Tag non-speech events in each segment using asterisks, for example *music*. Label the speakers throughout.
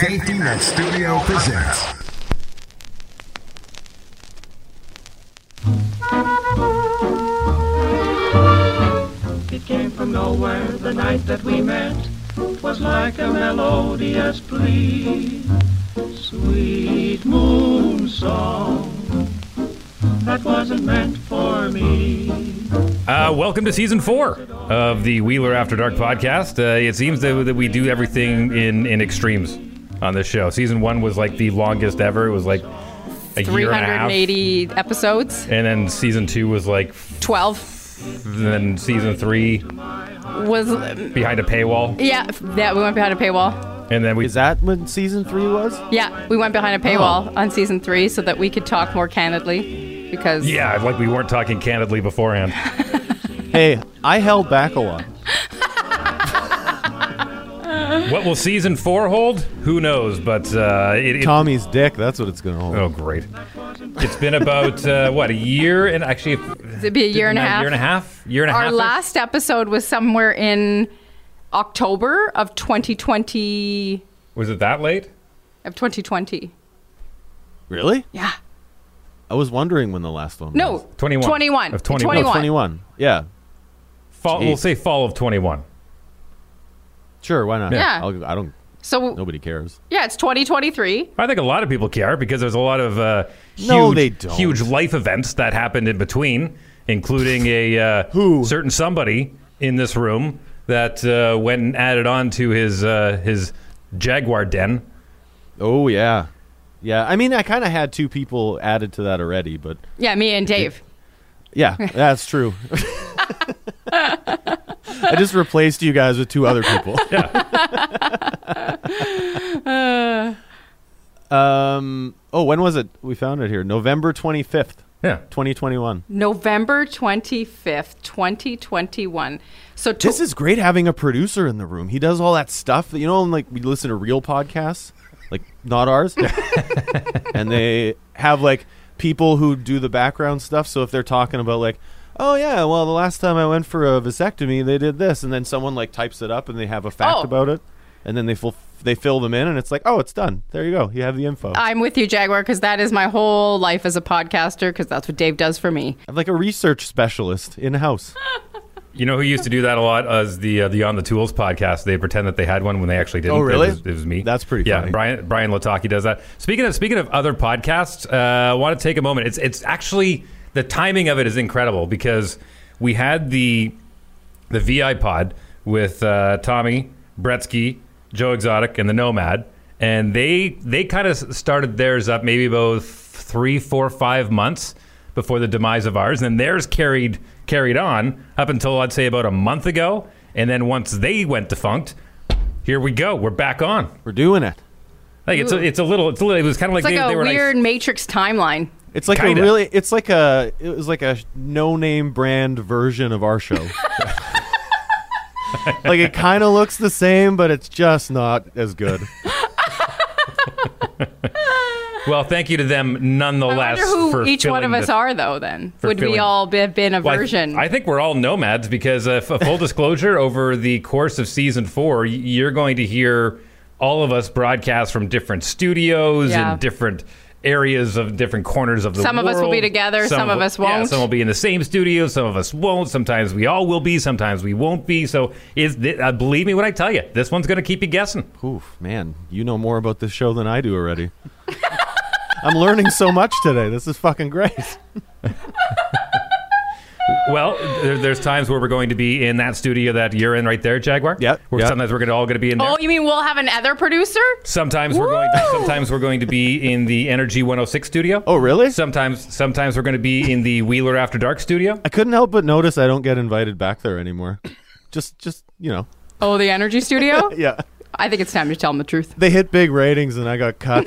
Speaker 1: Safety Net Studio presents.
Speaker 2: It came from nowhere the night that we met was like a melodious plea. Sweet moon song that wasn't meant for me.
Speaker 3: Uh, welcome to season four of the Wheeler After Dark podcast. Uh, it seems that, that we do everything in, in extremes on this show. Season one was like the longest ever. It was like a year and a half.
Speaker 4: 380 episodes,
Speaker 3: And then season two was like,
Speaker 4: 12
Speaker 3: then season three
Speaker 4: was
Speaker 3: behind a paywall.
Speaker 4: yeah that we went behind a paywall.
Speaker 3: And then we.
Speaker 5: Is that when season three was?
Speaker 4: Yeah, we went
Speaker 3: Oh.
Speaker 4: behind a paywall on season three so that we could talk more candidly because
Speaker 3: yeah, like we weren't talking candidly beforehand.
Speaker 5: Hey, I held back a lot.
Speaker 3: what will season four hold? Who knows? But uh, it, it-
Speaker 5: Tommy's dick, that's what it's gonna hold.
Speaker 3: Oh, great. It's been about, uh, what, a year and actually.
Speaker 4: it'd be a year and a half.
Speaker 3: Year and a half? Year and a
Speaker 4: Our
Speaker 3: half?
Speaker 4: last episode was somewhere in October of 2020
Speaker 3: Was it that late?
Speaker 4: of 2020.
Speaker 5: Really?
Speaker 4: Yeah.
Speaker 5: I was wondering when the last one was.
Speaker 4: No.
Speaker 3: 21.
Speaker 4: 21.
Speaker 3: Of 21.
Speaker 5: No, 21. Yeah.
Speaker 3: Fall, we'll
Speaker 5: Jeez.
Speaker 3: say fall of 21.
Speaker 5: Sure, why not?
Speaker 4: Yeah.
Speaker 5: I'll, I don't,
Speaker 4: So
Speaker 5: nobody cares.
Speaker 4: yeah, it's 2023.
Speaker 3: I think a lot of people care because there's a lot of uh, huge,
Speaker 5: No, they don't.
Speaker 3: huge life events that happened in between, including a uh,
Speaker 5: *laughs* Who?
Speaker 3: certain somebody in this room that uh, went and added on to his uh, his jaguar den.
Speaker 5: Oh, yeah. Yeah, I mean, I kind of had two people added to that already, but
Speaker 4: Yeah, me and Dave. *laughs*
Speaker 5: yeah, that's true. *laughs* I just replaced you guys with two
Speaker 4: *laughs*
Speaker 5: other people. um, oh, when was it? We found it here. November 25th,
Speaker 3: *laughs* Yeah,
Speaker 5: 2021.
Speaker 4: November 25th, 2021. So tw-
Speaker 5: This is great having a producer in the room. He does all that stuff that you know, and like we listen to real podcasts, like not ours, *laughs* and they have like people who do the background stuff. So if they're talking about like, oh yeah, well the last time I went for a vasectomy, they did this, and then someone like types it up and they have a fact
Speaker 4: Oh.
Speaker 5: about it, and then they fill they fill them in, and it's like, oh, it's done. There you go. You have the info. I
Speaker 4: I'm with you, Jaguar, because that is my whole life as a podcaster, because that's what Dave does for me.
Speaker 5: have like a research specialist in house.
Speaker 3: you know who used to do that a lot as the uh, the on the tools podcast. They pretend that they had one when they actually didn't.
Speaker 5: Oh, really?
Speaker 3: It was, it was me.
Speaker 5: That's pretty
Speaker 3: Yeah,
Speaker 5: funny.
Speaker 3: Brian Brian Lataki does that. Speaking of speaking of other podcasts, uh, I want to take a moment. It's it's actually the timing of it is incredible because we had the the VI pod with uh, Tommy Bretsky, Joe Exotic, and the Nomad, and they they kind of started theirs up maybe about three, four, five months before the demise of ours, and then theirs carried carried on up until I'd say about a month ago, and then once they went defunct, here we go, we're back on.
Speaker 5: We're doing it.
Speaker 3: Like it's a, it's a little it's a little it was kind of like,
Speaker 4: It's like
Speaker 3: they,
Speaker 4: a
Speaker 3: they were
Speaker 4: weird Matrix timeline.
Speaker 5: It's like
Speaker 3: Kinda.
Speaker 5: a really. It's like a. It was like a no-name brand version of our show. like it kind of looks the same, but it's just not as good.
Speaker 3: nice. Well, thank you to them
Speaker 4: I
Speaker 3: nonetheless.
Speaker 4: wonder who
Speaker 3: for
Speaker 4: each one of
Speaker 3: filling
Speaker 4: us
Speaker 3: the-
Speaker 4: are, though. Then would we
Speaker 3: filling-
Speaker 4: all be, have been a
Speaker 3: Well, I-
Speaker 4: version?
Speaker 3: I, think we're all nomads because, uh, f-
Speaker 4: *laughs*
Speaker 3: full disclosure, over the course of season four, y- you're going to hear all of us broadcast from different studios
Speaker 4: Yeah.
Speaker 3: and different areas of different corners of the
Speaker 4: Some of us will be
Speaker 3: world.
Speaker 4: together, some of us
Speaker 3: yeah,
Speaker 4: won't.
Speaker 3: some will be in the same studio, some of us won't. Sometimes we all will be, sometimes we won't be. So, is thi- uh, believe me when I tell you, this one's going to keep you guessing.
Speaker 5: Oof, man, you know more about this show than I do already. I'm learning so much today. This is fucking great.
Speaker 3: Well, there, there's times where we're going to be in that studio that you're in right there, Jaguar.
Speaker 5: Yep,
Speaker 3: Where
Speaker 5: yep.
Speaker 3: Sometimes we're going to all going to be in there.
Speaker 4: oh, you mean we'll have another producer?
Speaker 3: Sometimes we're going. To, sometimes we're going to be in the Energy 106 studio.
Speaker 5: Oh, really?
Speaker 3: Sometimes, sometimes we're going to be in the Wheeler After Dark studio.
Speaker 5: I couldn't help but notice I don't get invited back there anymore. Just, just you know,
Speaker 4: Oh, the Energy Studio.
Speaker 3: *laughs*
Speaker 5: yeah.
Speaker 4: I think it's time to tell them the truth.
Speaker 5: They hit big ratings and I got cut.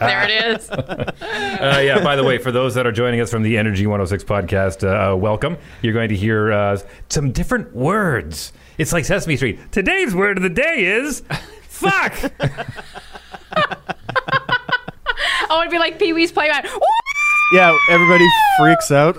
Speaker 4: There it is.
Speaker 3: Uh, yeah. By the way, for those that are joining us from the Energy 106 podcast, uh, uh, welcome. You're going to hear uh, some different words. It's like Sesame Street. Today's word of the day is fuck.
Speaker 4: *laughs* *laughs* Oh, it'd be like Pee Wee's Playground. Woo!
Speaker 5: yeah, everybody freaks out.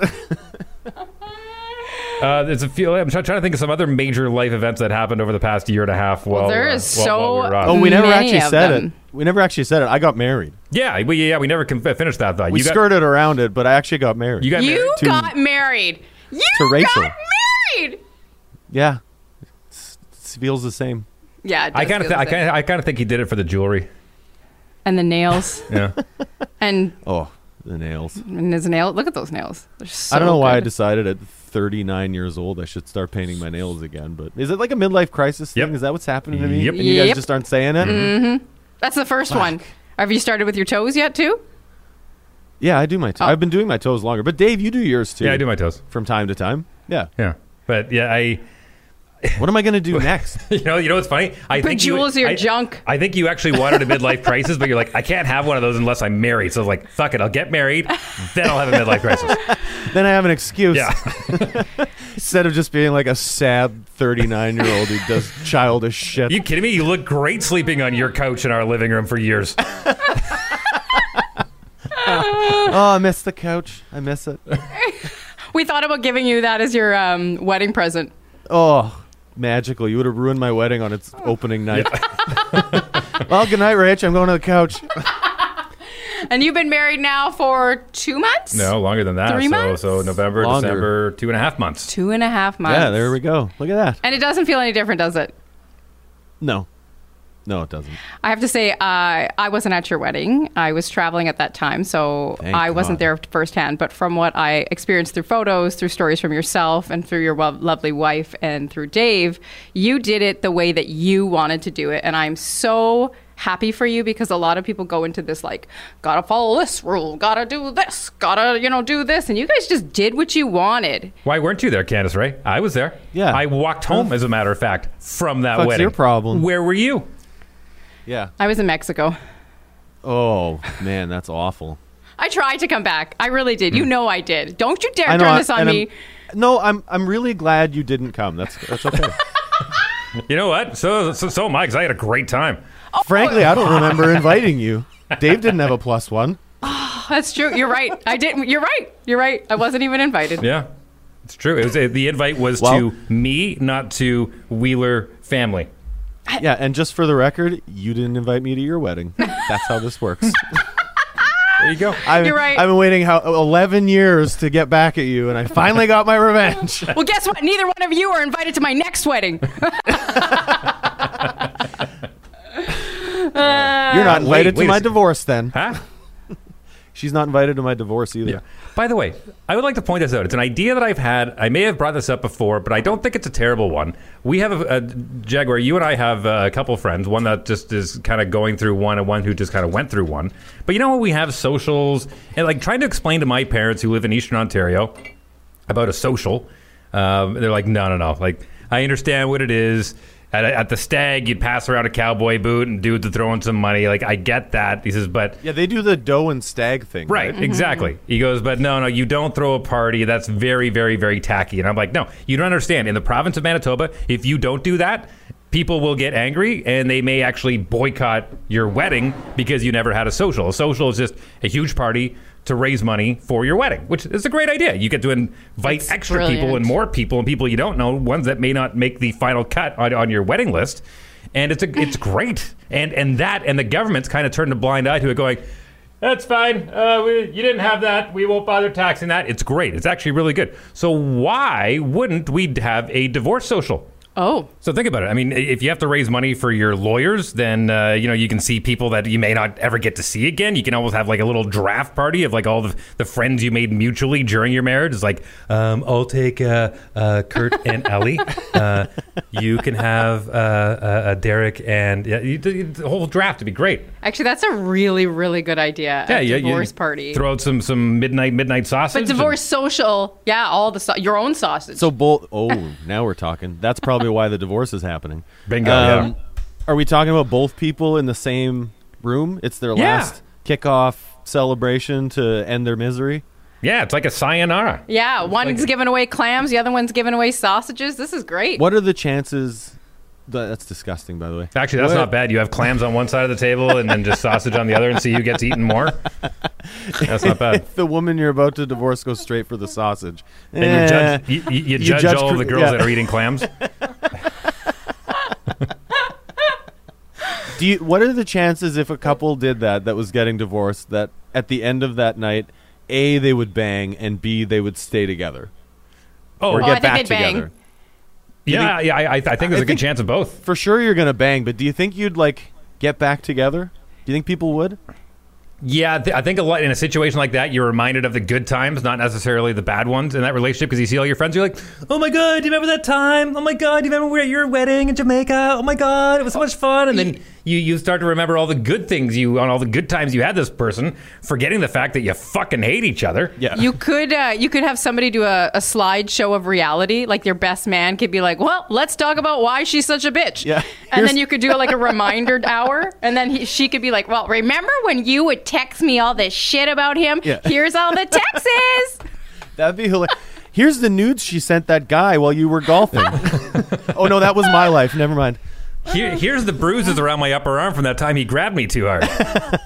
Speaker 3: Uh, there's a few. I'm try- trying to think of some other major life events that happened over the past year and a half. While
Speaker 4: there
Speaker 3: uh,
Speaker 4: is
Speaker 3: while-
Speaker 4: so-
Speaker 3: while we were off.
Speaker 5: *laughs* Oh, we never
Speaker 4: Many
Speaker 5: actually
Speaker 4: of
Speaker 5: said
Speaker 4: them.
Speaker 5: it. We never actually said it. I got married.
Speaker 3: yeah, we yeah we never com- finished that thought.
Speaker 5: We
Speaker 3: you got
Speaker 5: skirted around it, but I actually got married.
Speaker 3: you got
Speaker 4: You
Speaker 3: married?
Speaker 5: to-
Speaker 4: got married. You
Speaker 5: to Rachel.
Speaker 4: got married.
Speaker 5: yeah, It's- it feels the same.
Speaker 4: Yeah, it
Speaker 3: I kind
Speaker 4: does feel
Speaker 3: of th-
Speaker 4: the
Speaker 3: I
Speaker 4: same.
Speaker 3: kind of I kind of think he did it for the jewelry.
Speaker 4: and the nails
Speaker 3: *laughs* Yeah.
Speaker 4: and,
Speaker 5: Oh, the nails.
Speaker 4: and his nail. Look at those nails. They're so
Speaker 5: I don't know why I
Speaker 4: good.
Speaker 5: decided at 39 years old I should start painting my nails again. But is it like a midlife crisis
Speaker 3: Yep.
Speaker 5: thing? Is that what's happening to me?
Speaker 3: Yep.
Speaker 5: And you guys
Speaker 4: Yep. Mm-hmm.
Speaker 5: just aren't saying it.
Speaker 4: That's the first one. Have you started with your toes yet too?
Speaker 5: Yeah, I do my. toes.
Speaker 4: Oh.
Speaker 5: I've been doing my toes longer, but Dave, you do yours too.
Speaker 3: yeah, I do my toes.
Speaker 5: from time to time. Yeah.
Speaker 3: Yeah, but yeah, I *laughs*
Speaker 5: What am I gonna do next?
Speaker 3: you know you know what's funny? I think you-
Speaker 4: Bejewels your
Speaker 3: I-
Speaker 4: junk.
Speaker 3: I think you actually wanted a midlife crisis, but you're like, I can't have one of those unless I'm married. So I was like, fuck it, I'll get married, then I'll have a midlife
Speaker 4: *laughs*
Speaker 3: crisis.
Speaker 5: then I have an excuse.
Speaker 3: Yeah.
Speaker 5: *laughs* Instead of just being like a sad 39 year old who does childish shit.
Speaker 3: You kidding me? You look great sleeping on your couch in our living room for years.
Speaker 5: oh, I miss the couch. I miss it.
Speaker 4: We thought about giving you that as your um, wedding present.
Speaker 5: Oh, magical. You would have ruined my wedding on
Speaker 4: Oh.
Speaker 5: its opening night.
Speaker 4: *laughs*
Speaker 5: well, good night, Rich. I'm going to the couch.
Speaker 4: And you've been married now for two months?
Speaker 3: No, longer than that.
Speaker 4: Three
Speaker 3: so,
Speaker 4: months?
Speaker 3: so November,
Speaker 5: Longer.
Speaker 3: December, two and a half months.
Speaker 4: Two and a half months.
Speaker 5: Yeah, there we go. Look at that.
Speaker 4: And it doesn't feel any different, does it?
Speaker 5: No. No, it doesn't.
Speaker 4: I have to say, uh, I wasn't at your wedding. I was traveling at that time, so
Speaker 5: Thank
Speaker 4: I wasn't
Speaker 5: God.
Speaker 4: there firsthand. But from what I experienced through photos, through stories from yourself, and through your wel- lovely wife, and through Dave, you did it the way that you wanted to do it. And I'm so happy for you because a lot of people go into this like, gotta follow this rule, gotta do this, gotta, you know, do this. And you guys just did what you wanted.
Speaker 3: Why weren't you there, Candace Ray? I was there.
Speaker 5: Yeah.
Speaker 3: I walked home, as a matter of fact, from that
Speaker 5: Fuck's
Speaker 3: wedding.
Speaker 5: your problem?
Speaker 3: Where were you?
Speaker 5: Yeah.
Speaker 4: I was in Mexico.
Speaker 5: Oh, man, that's awful.
Speaker 4: I tried to come back. I really did. You know I did. Don't you dare
Speaker 5: Mm. I
Speaker 4: turn
Speaker 5: know, I-
Speaker 4: this on
Speaker 5: and I'm-
Speaker 4: me.
Speaker 5: no, I'm I'm really glad you didn't come. That's
Speaker 4: *laughs*
Speaker 5: that's okay.
Speaker 3: You know what? So so, so am I, 'cause I had a great time.
Speaker 4: Oh.
Speaker 5: Frankly, I don't remember inviting you. Dave didn't have a plus one.
Speaker 4: That's true. You're right. I didn't. You're right. You're right. I wasn't even invited.
Speaker 3: Yeah. It's true. It was, uh, the invite was
Speaker 5: Well-
Speaker 3: to me, not to Wheeler family.
Speaker 5: Yeah, and just for the record, you didn't invite me to your wedding. That's how this
Speaker 4: *laughs*
Speaker 5: works.
Speaker 3: There you go.
Speaker 5: I've,
Speaker 4: You're right.
Speaker 5: I've been waiting how 11 years to get back at you, and I finally got my revenge.
Speaker 4: Well, guess what? Neither one of you are invited to my next wedding.
Speaker 5: *laughs* You're not
Speaker 3: Uh, wait,
Speaker 5: invited
Speaker 3: wait a
Speaker 5: to my
Speaker 3: second.
Speaker 5: divorce then.
Speaker 3: Huh?
Speaker 5: She's not invited to my divorce either.
Speaker 3: By the way, I would like to point this out. It's an idea that I've had. I may have brought this up before, but I don't think it's a terrible one. We have a, a Jaguar. You and I have uh, a couple friends. One that just is kind of going through one, and one who just kind of went through one. But you know what? We have socials, and like trying to explain to my parents who live in Eastern Ontario about a social. Um, they're like, no, no, no. Like, I understand what it is. At, at the stag, you'd pass around a cowboy boot and dudes would throw in some money. Like, I get that. He says, but
Speaker 5: Yeah, they do the doe and stag thing.
Speaker 3: Right, exactly. He goes, but no, no, you don't throw a party. That's very, very, very tacky. And I'm like, no, you don't understand. In the province of Manitoba, if you don't do that, people will get angry and they may actually boycott your wedding because you never had a social. A social is just a huge party to raise money for your wedding, which is a great idea. You get to invite
Speaker 4: It's
Speaker 3: extra people
Speaker 4: brilliant.
Speaker 3: and more people and people you don't know, ones that may not make the final cut on, on your wedding list. And it's a, it's great. And and that and the government's kind of turned a blind eye to it, going, "That's fine. Uh, we, you didn't have that. We won't bother taxing that." It's great. It's actually really good. So why wouldn't we have a divorce social?
Speaker 4: Oh,
Speaker 3: So think about it. I mean, i- if you have to raise money for your lawyers, then uh, you know you can see people that you may not ever get to see again. You can almost have like a little draft party of like all the, the friends you made mutually during your marriage. It's like, um, I'll take uh, uh, Kurt and Ellie. Uh, you can have uh, uh, uh, Derek and yeah, you, the the whole draft would be great.
Speaker 4: actually, that's a really, really good idea.
Speaker 3: Yeah,
Speaker 4: a
Speaker 3: yeah, you-
Speaker 4: divorce party.
Speaker 3: Throw out some some midnight midnight sausage.
Speaker 4: but divorce social, yeah, all the sau- your own sausage.
Speaker 5: So both. Oh, now we're talking. That's probably why the divorce is happening. Um,
Speaker 3: Bingo, yeah.
Speaker 5: Are we talking about both people in the same room? It's their
Speaker 3: Yeah.
Speaker 5: last kickoff celebration to end their misery.
Speaker 3: And- yeah, it's like a sayonara.
Speaker 4: yeah, one's giving away clams, the other one's giving away sausages. This is great.
Speaker 5: What are the chances? Th- That's disgusting, by the way.
Speaker 3: Actually, that's
Speaker 5: What-
Speaker 3: not bad. You have clams on one side of the table and then just sausage on the other, and see who gets eaten more. That's not bad.
Speaker 5: the woman you're about to divorce goes straight for the sausage.
Speaker 3: And you judge,
Speaker 5: Eh,
Speaker 3: you, you, you
Speaker 5: You
Speaker 3: judge,
Speaker 5: judge
Speaker 3: all of
Speaker 5: cr-
Speaker 3: the girls
Speaker 5: yeah.
Speaker 3: that are eating clams.
Speaker 5: do you, what are the chances if a couple did that that was getting divorced that at the end of that night, a they would bang and b they would stay together
Speaker 3: Oh,
Speaker 5: or
Speaker 4: Well,
Speaker 5: get
Speaker 4: I think
Speaker 5: back
Speaker 4: they'd bang.
Speaker 5: together?
Speaker 3: yeah, yeah. I, I, I think there's a good
Speaker 5: think-
Speaker 3: chance of both.
Speaker 5: For sure, you're gonna bang, but do you think you'd like get back together? Do you think people would?
Speaker 3: Yeah, th- I think a lot in a situation like that, you're reminded of the good times, not necessarily the bad ones in that relationship, because you see all your friends. You're like, oh my god, do you remember that time? Oh my god, do you remember we were at your wedding in Jamaica? Oh my god, it was so much fun. And then you you start to remember all the good things you on all the good times you had this person, forgetting the fact that you fucking hate each other.
Speaker 5: Yeah.
Speaker 4: You could uh, you could have somebody do a, a slideshow of reality, like your best man could be like, "Well, let's talk about why she's such a bitch."
Speaker 5: Yeah.
Speaker 4: and
Speaker 5: Here's-
Speaker 4: then you could do like a reminder
Speaker 5: *laughs*
Speaker 4: hour, and then he, she could be like, "Well, remember when you would text me all this shit about him?
Speaker 5: Yeah.
Speaker 4: Here's all the
Speaker 5: *laughs*
Speaker 4: texts."
Speaker 5: That'd be hilarious. Here's the nudes she sent that guy while you were golfing. oh no, that was my life. Never mind. *laughs*
Speaker 3: Here, here's the bruises around my upper arm from that time he grabbed me too hard.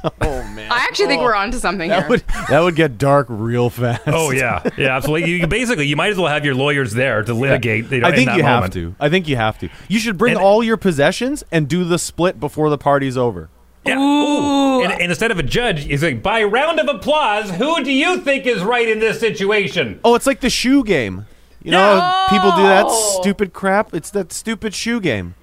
Speaker 4: I actually think we're onto something here.
Speaker 5: Oh, That would that would get dark real fast.
Speaker 3: *laughs* Oh yeah, yeah, absolutely. You, basically, you might as well have your lawyers there to litigate. You know,
Speaker 5: I
Speaker 3: in
Speaker 5: think
Speaker 3: that
Speaker 5: you
Speaker 3: moment.
Speaker 5: have to. I think you have to. You should bring
Speaker 3: And-
Speaker 5: all your possessions and do the split before the party's over.
Speaker 3: Yeah.
Speaker 4: Ooh.
Speaker 3: And, and instead of a judge, he's like, by round of applause, who do you think is right in this situation?
Speaker 5: Oh, it's like the shoe game. You know, how people do that
Speaker 4: No!
Speaker 5: stupid crap. It's that stupid shoe game.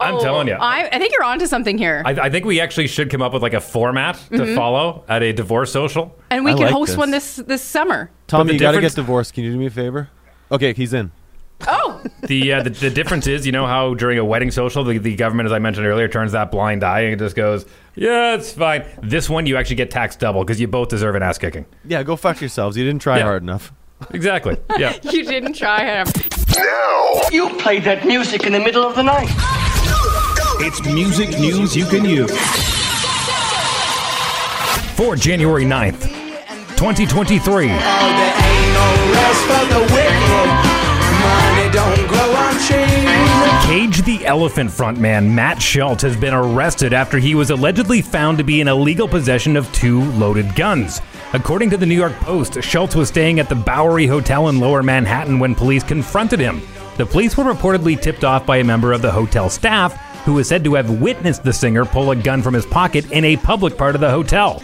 Speaker 3: I'm telling you. I,
Speaker 4: I, I think you're onto something here,
Speaker 3: I think we actually should come up with like a format to
Speaker 5: Mm-hmm.
Speaker 3: follow at a divorce social.
Speaker 4: and we
Speaker 5: I
Speaker 4: can
Speaker 5: like
Speaker 4: host
Speaker 5: this.
Speaker 4: one this this summer.
Speaker 5: Tom,
Speaker 3: the
Speaker 5: you got to
Speaker 3: difference-
Speaker 5: get divorced. Can you do me a favor? Okay, he's in.
Speaker 4: Oh, *laughs*
Speaker 3: The, uh, the the difference is, you know how during a wedding social, the, the government, as I mentioned earlier, turns that blind eye and just goes, yeah, it's fine. This one, you actually get taxed double because you both deserve an ass kicking.
Speaker 5: Yeah, go fuck yourselves. You didn't try
Speaker 3: Yeah.
Speaker 5: hard enough.
Speaker 3: Exactly. Yeah.
Speaker 4: you didn't try him.
Speaker 6: You played that music in the middle of the night.
Speaker 1: *laughs* It's music news you can use.
Speaker 3: For January 9th, 2023.
Speaker 7: Oh, there ain't no rest for the wicked. Money don't grow on trees.
Speaker 3: Cage the Elephant frontman Matt Schultz has been arrested after he was allegedly found to be in illegal possession of two loaded guns. According to the New York Post, Schultz was staying at the Bowery Hotel in Lower Manhattan when police confronted him. The police were reportedly tipped off by a member of the hotel staff who was said to have witnessed the singer pull a gun from his pocket in a public part of the hotel.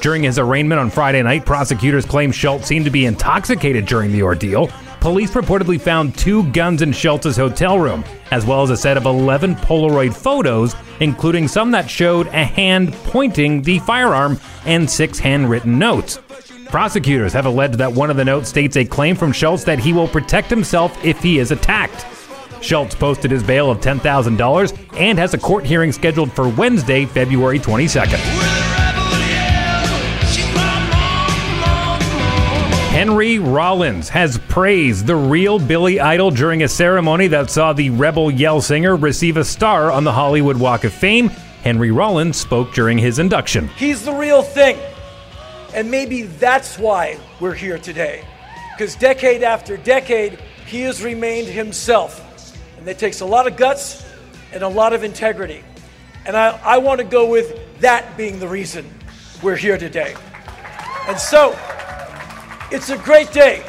Speaker 3: During his arraignment on Friday night, prosecutors claim Schultz seemed to be intoxicated during the ordeal. Police reportedly found two guns in Schultz's hotel room, as well as a set of 11 Polaroid photos, including some that showed a hand pointing the firearm and six handwritten notes. Prosecutors have alleged that one of the notes states a claim from Schultz that he will protect himself if he is attacked. Schultz posted his bail of $10,000 and has a court hearing scheduled for Wednesday, February 22nd. Henry Rollins has praised the real Billy Idol during a ceremony that saw the Rebel Yell singer receive a star on the Hollywood Walk of Fame. Henry Rollins spoke during his induction.
Speaker 8: He's the real thing. And maybe that's why we're here today. Because decade after decade, he has remained himself. And that takes a lot of guts and a lot of integrity. And I, I want to go with that being the reason we're here today. And so, it's a great day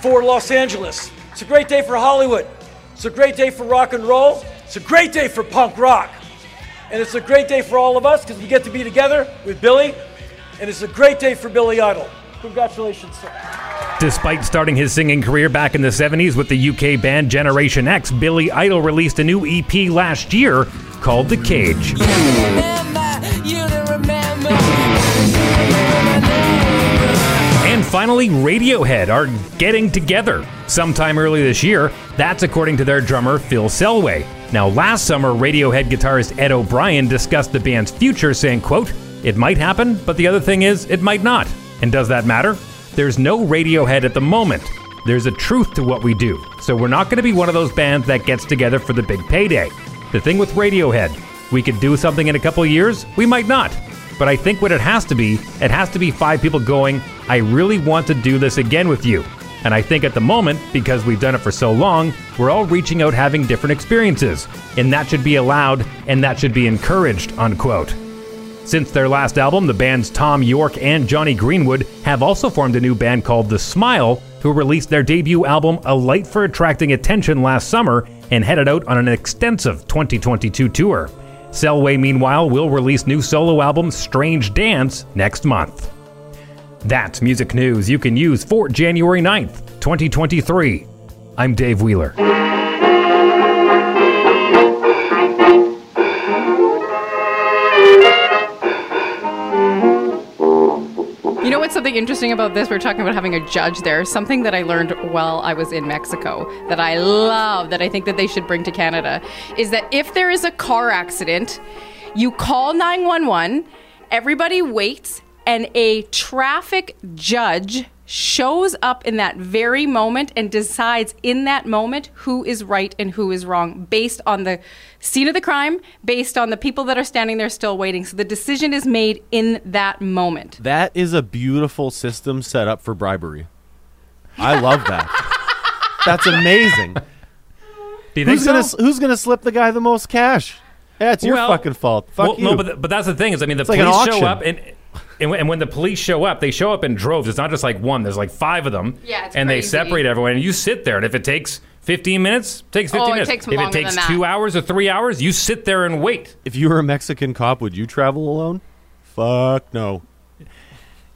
Speaker 8: for Los Angeles. It's a great day for Hollywood. It's a great day for rock and roll. It's a great day for punk rock. And it's a great day for all of us because we get to be together with Billy. And it's a great day for Billy Idol. Congratulations, sir.
Speaker 3: Despite starting his singing career back in the 70s with the UK band Generation X, Billy Idol released a new EP last year called The Cage. And finally, Radiohead are getting together sometime early this year. That's according to their drummer, Phil Selway. Now, last summer, Radiohead guitarist Ed O'Brien discussed the band's future, saying, quote, It might happen, but the other thing is, it might not. And does that matter? There's no Radiohead at the moment. There's a truth to what we do, so we're not going to be one of those bands that gets together for the big payday. The thing with Radiohead, we could do something in a couple years, we might not. But I think what it has to be, it has to be five people going, I really want to do this again with you. And I think at the moment, because we've done it for so long, we're all reaching out having different experiences. And that should be allowed and that should be encouraged, unquote. Since their last album, the bands Tom York and Johnny Greenwood have also formed a new band called The Smile, who released their debut album A Light for Attracting Attention last summer and headed out on an extensive 2022 tour. Selway, meanwhile, will release new solo album Strange Dance next month. That's music news you can use for January 9th, 2023. I'm Dave Wheeler.
Speaker 4: You know what's something interesting about this? We are talking about having a judge there. Something that I learned while I was in Mexico that I love, that I think that they should bring to Canada, is that if there is a car accident, you call 911, everybody waits, and a traffic judge shows up in that very moment and decides in that moment who is right and who is wrong based on the scene of the crime, based on the people that are standing there still waiting. So the decision is made in that moment.
Speaker 5: That is a beautiful system set up for bribery. I love *laughs* that. That's amazing.
Speaker 3: Do you
Speaker 5: Who's
Speaker 3: so?
Speaker 5: gonna s- Who's gonna slip the guy the most cash? Yeah, it's your
Speaker 3: Well-
Speaker 5: fucking fault. Fuck
Speaker 3: well,
Speaker 5: you.
Speaker 3: No, but, th- but that's the thing is, I mean, the
Speaker 5: like
Speaker 3: police
Speaker 5: an
Speaker 3: show
Speaker 5: auction.
Speaker 3: up and. And when- and when the police show up, they show up in droves. It's not just like one. There's like five of them.
Speaker 4: Yeah, it's
Speaker 3: and they
Speaker 4: crazy.
Speaker 3: separate everyone. And you sit there. And if it takes 15 minutes, it takes 15
Speaker 4: Oh, it
Speaker 3: minutes.
Speaker 4: takes
Speaker 3: if
Speaker 4: longer
Speaker 3: it takes
Speaker 4: than that.
Speaker 3: two hours or three hours, you sit there and wait.
Speaker 5: if you were a Mexican cop, would you travel alone? Fuck no.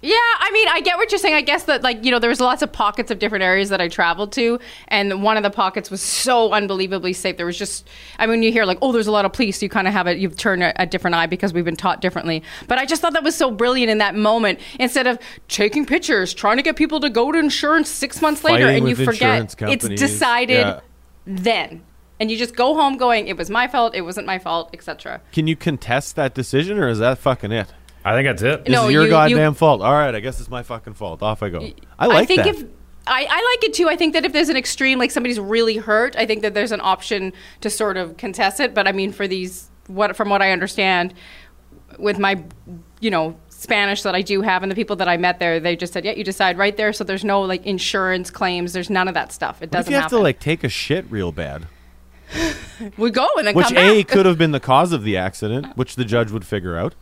Speaker 4: Yeah, I mean, I get what you're saying. I guess that like, you know, there was lots of pockets of different areas that I traveled to, and one of the pockets was so unbelievably safe. There was just I mean, you hear like, "Oh, there's a lot of police." You kind of have it you've turned a, a different eye because we've been taught differently. But I just thought that was so brilliant in that moment instead of taking pictures, trying to get people to go to insurance 6 months later
Speaker 5: Fighting
Speaker 4: and you
Speaker 5: with
Speaker 4: forget
Speaker 5: insurance
Speaker 4: it's
Speaker 5: companies.
Speaker 4: decided
Speaker 5: Yeah.
Speaker 4: then. And you just go home going, "It was my fault, it wasn't my fault, etc."
Speaker 5: Can you contest that decision, or is that fucking it?
Speaker 3: I think that's it.
Speaker 5: This
Speaker 4: No,
Speaker 5: is your
Speaker 4: you- you-
Speaker 5: goddamn fault. All right, I guess it's my fucking fault. Off I go. I like
Speaker 4: think
Speaker 5: that.
Speaker 4: if I, I like it too. I think that if there's an extreme, like somebody's really hurt, I think that there's an option to sort of contest it. But I mean, for these, what from what I understand, with my, you know, Spanish that I do have and the people that I met there, they just said, yeah, you decide right there. So there's no like insurance claims. There's none of that stuff. It
Speaker 5: What if
Speaker 4: doesn't
Speaker 5: you have
Speaker 4: happen.
Speaker 5: to like take a shit real bad?
Speaker 4: we go and then
Speaker 5: Which
Speaker 4: come
Speaker 5: A
Speaker 4: back.
Speaker 5: could have been the cause of the accident, which the judge would
Speaker 4: *laughs*
Speaker 5: figure out.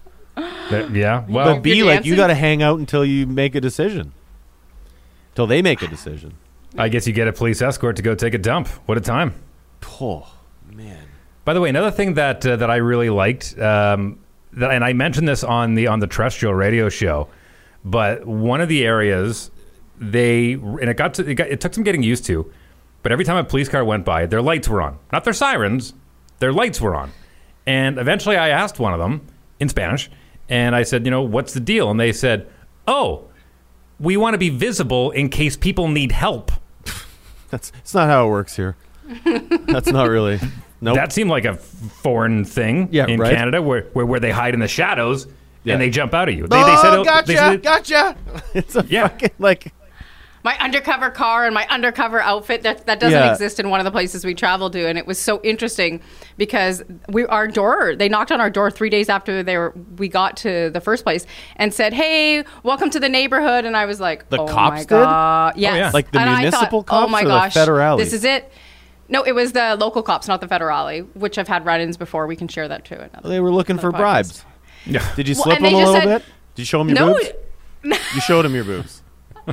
Speaker 3: That- yeah.
Speaker 5: But
Speaker 3: Well,
Speaker 5: B,
Speaker 4: you're
Speaker 5: like you
Speaker 4: dancing?
Speaker 5: got to hang out until you make a decision, till they make a decision.
Speaker 3: I guess you get a police escort to go take a dump. What a time.
Speaker 5: Oh man,
Speaker 3: By the way, another thing that uh, that I really liked, um, that, and I mentioned this on the on the terrestrial radio show, but one of the areas they and it got to it, got, it took some getting used to, but every time a police car went by, their lights were on, not their sirens, their lights were on, and eventually I asked one of them in Spanish, and I said, you know, what's the deal? And they said, oh, we want to be visible in case people need help.
Speaker 5: that's it's not how it
Speaker 4: *laughs*
Speaker 5: works here. that's
Speaker 3: *laughs*
Speaker 5: not really. Nope.
Speaker 3: That seemed like a f- foreign thing
Speaker 5: Yeah,
Speaker 3: in
Speaker 5: right.
Speaker 3: Canada where, where, where they hide in the shadows
Speaker 5: Yeah.
Speaker 3: and they jump out at you. They,
Speaker 5: oh,
Speaker 3: they said,
Speaker 5: gotcha,
Speaker 3: they said-
Speaker 5: gotcha. *laughs* It's a
Speaker 3: Yeah.
Speaker 5: fucking like
Speaker 4: my undercover car and my undercover outfit that that doesn't
Speaker 5: Yeah.
Speaker 4: exist in one of the places we traveled to and it was so interesting because we our door they knocked on our door 3 days after they were we got to the first place and said hey welcome to the neighborhood and I was like
Speaker 5: The
Speaker 4: oh
Speaker 5: cops
Speaker 4: my
Speaker 5: did? Oh,
Speaker 4: god yes
Speaker 3: yeah.
Speaker 5: Like the
Speaker 4: And I thought,
Speaker 5: municipal
Speaker 4: oh
Speaker 5: cops
Speaker 4: my
Speaker 5: or the
Speaker 4: gosh
Speaker 5: federales?
Speaker 4: this is it no it was the local cops not the federale which I've had run-ins before we can share that too another
Speaker 5: they were looking for
Speaker 4: podcast.
Speaker 5: bribes.
Speaker 3: Yeah.
Speaker 5: Did you
Speaker 4: Well,
Speaker 5: slip
Speaker 4: and they
Speaker 5: them a
Speaker 4: just
Speaker 5: little
Speaker 4: said-
Speaker 5: bit? Did you show them your
Speaker 4: no
Speaker 5: boobs? You showed him your
Speaker 4: *laughs*
Speaker 5: boobs.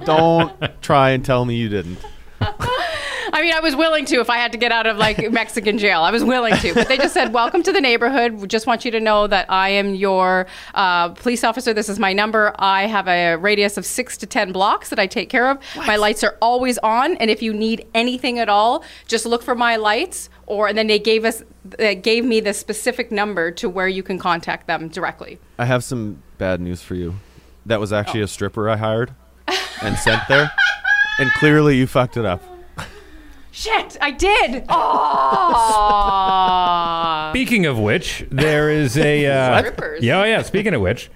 Speaker 5: Don't try and tell me you didn't.
Speaker 4: I mean, I was willing to if I had to get out of like Mexican jail. I was willing to, but they just said, "Welcome to the neighborhood. We just want you to know that I am your uh, police officer. This is my number. I have a radius of six to ten blocks that I take care of. My lights are always on, and if you need anything at all, just look for my lights." Or and then they gave us, they gave me the specific number to where you can contact them directly.
Speaker 5: I have some bad news for you. That was actually
Speaker 4: Oh.
Speaker 5: a stripper I hired and sent there. And clearly you fucked it up.
Speaker 4: Shit, I *laughs* did. Oh,
Speaker 3: Speaking of which, there is
Speaker 5: *laughs*
Speaker 3: a. Uh,
Speaker 4: Strippers.
Speaker 3: Yeah, oh, yeah. Speaking of which.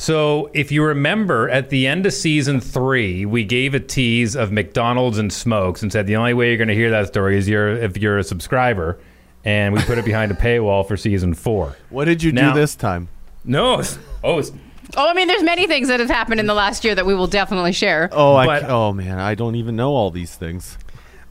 Speaker 3: So, if you remember, at the end of season three, we gave a tease of McDonald's and Smokes and said the only way you're going to hear that story is you're, if you're a subscriber. And we put it behind a paywall for season four.
Speaker 5: What did you
Speaker 3: Now-
Speaker 5: do this time?
Speaker 3: No. it's- Oh, it's,
Speaker 4: Oh, I mean, there's many things that have happened in the last year that we will definitely share.
Speaker 5: Oh, I
Speaker 3: But-
Speaker 5: ca- oh man, I don't even know all these things.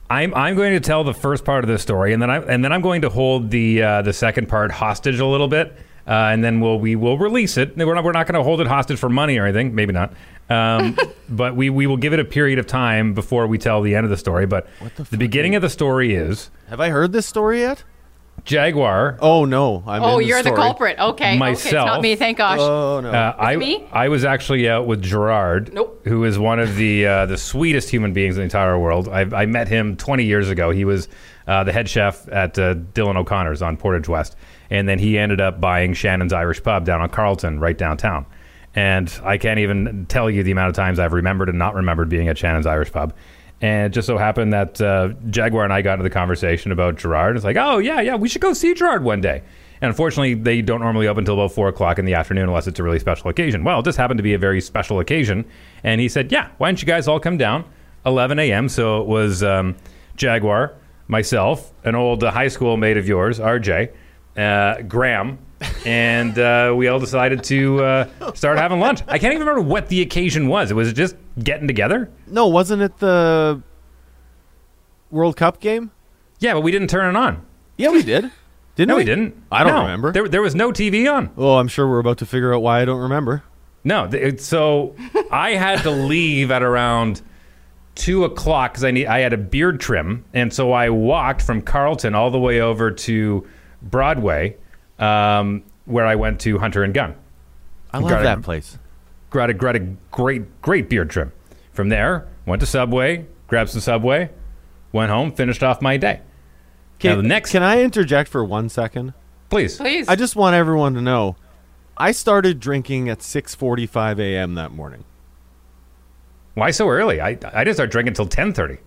Speaker 3: I'm I'm going to tell the first part of the story, and then I and then I'm going to hold the uh, the second part hostage a little bit uh, and then we'll we will release it. We're not we're not going to hold it hostage for money or anything. Maybe not. Um, but we we will give it a period of time before we tell the end of the story. But the, beginning of the story is
Speaker 5: Have I heard this story yet?
Speaker 3: Jaguar.
Speaker 5: Oh no, I'm.
Speaker 4: Oh,
Speaker 5: in
Speaker 4: you're the
Speaker 5: story.
Speaker 4: culprit. Okay. Okay, it's
Speaker 3: Myself.
Speaker 4: not me. Thank gosh.
Speaker 5: Oh no.
Speaker 3: Uh, I
Speaker 4: me?
Speaker 3: I was actually out with Gerard,
Speaker 4: Nope.
Speaker 3: who is one of the uh, the sweetest human beings in the entire world. I, I met him 20 years ago. He was uh, the head chef at uh, Dylan O'Connor's on Portage West, and then he ended up buying Shannon's Irish Pub down on Carlton, right downtown. And I can't even tell you the amount of times I've remembered and not remembered being at Shannon's Irish Pub. And it just so happened that uh, Jaguar and I got into the conversation about Gerard. It's like, oh yeah, yeah, we should go see Gerard one day. And unfortunately, they don't normally open until about four o'clock in the afternoon unless it's a really special occasion. Well, this happened to be a very special occasion, and he said, "Yeah, why don't you guys all come down?" 11 a.m. So it was um, Jaguar, myself, an old uh, high school mate of yours, RJ, uh, Graham, and uh, we all decided to uh, start having lunch. I can't even remember what the occasion was. Was it just getting together?
Speaker 5: no, wasn't it the World Cup game?
Speaker 3: Yeah, but we didn't turn it on.
Speaker 5: Yeah, we did. Didn't
Speaker 3: No,
Speaker 5: we?
Speaker 3: we didn't.
Speaker 5: I don't
Speaker 3: No.
Speaker 5: remember.
Speaker 3: There, there was no TV on.
Speaker 5: Oh, I'm sure we're about to figure out why I don't remember.
Speaker 3: No, th- it, so I had
Speaker 5: *laughs*
Speaker 3: to leave at around two o'clock because I need I had a beard trim, and so I walked from Carlton all the way over to Broadway, um, where I went to Hunter and Gunn.
Speaker 5: I love
Speaker 3: Gotta-
Speaker 5: that place.
Speaker 3: Got a, got a great great beard trim. From there, went to Subway, grabbed some Subway, went home, finished off my day. Now, the next-
Speaker 5: Can I interject for one second?
Speaker 3: Please,
Speaker 4: Please.
Speaker 5: I just want everyone to know, I started drinking at 6:45 a.m. that morning.
Speaker 3: why so early? I I didn't start drinking until ten thirty.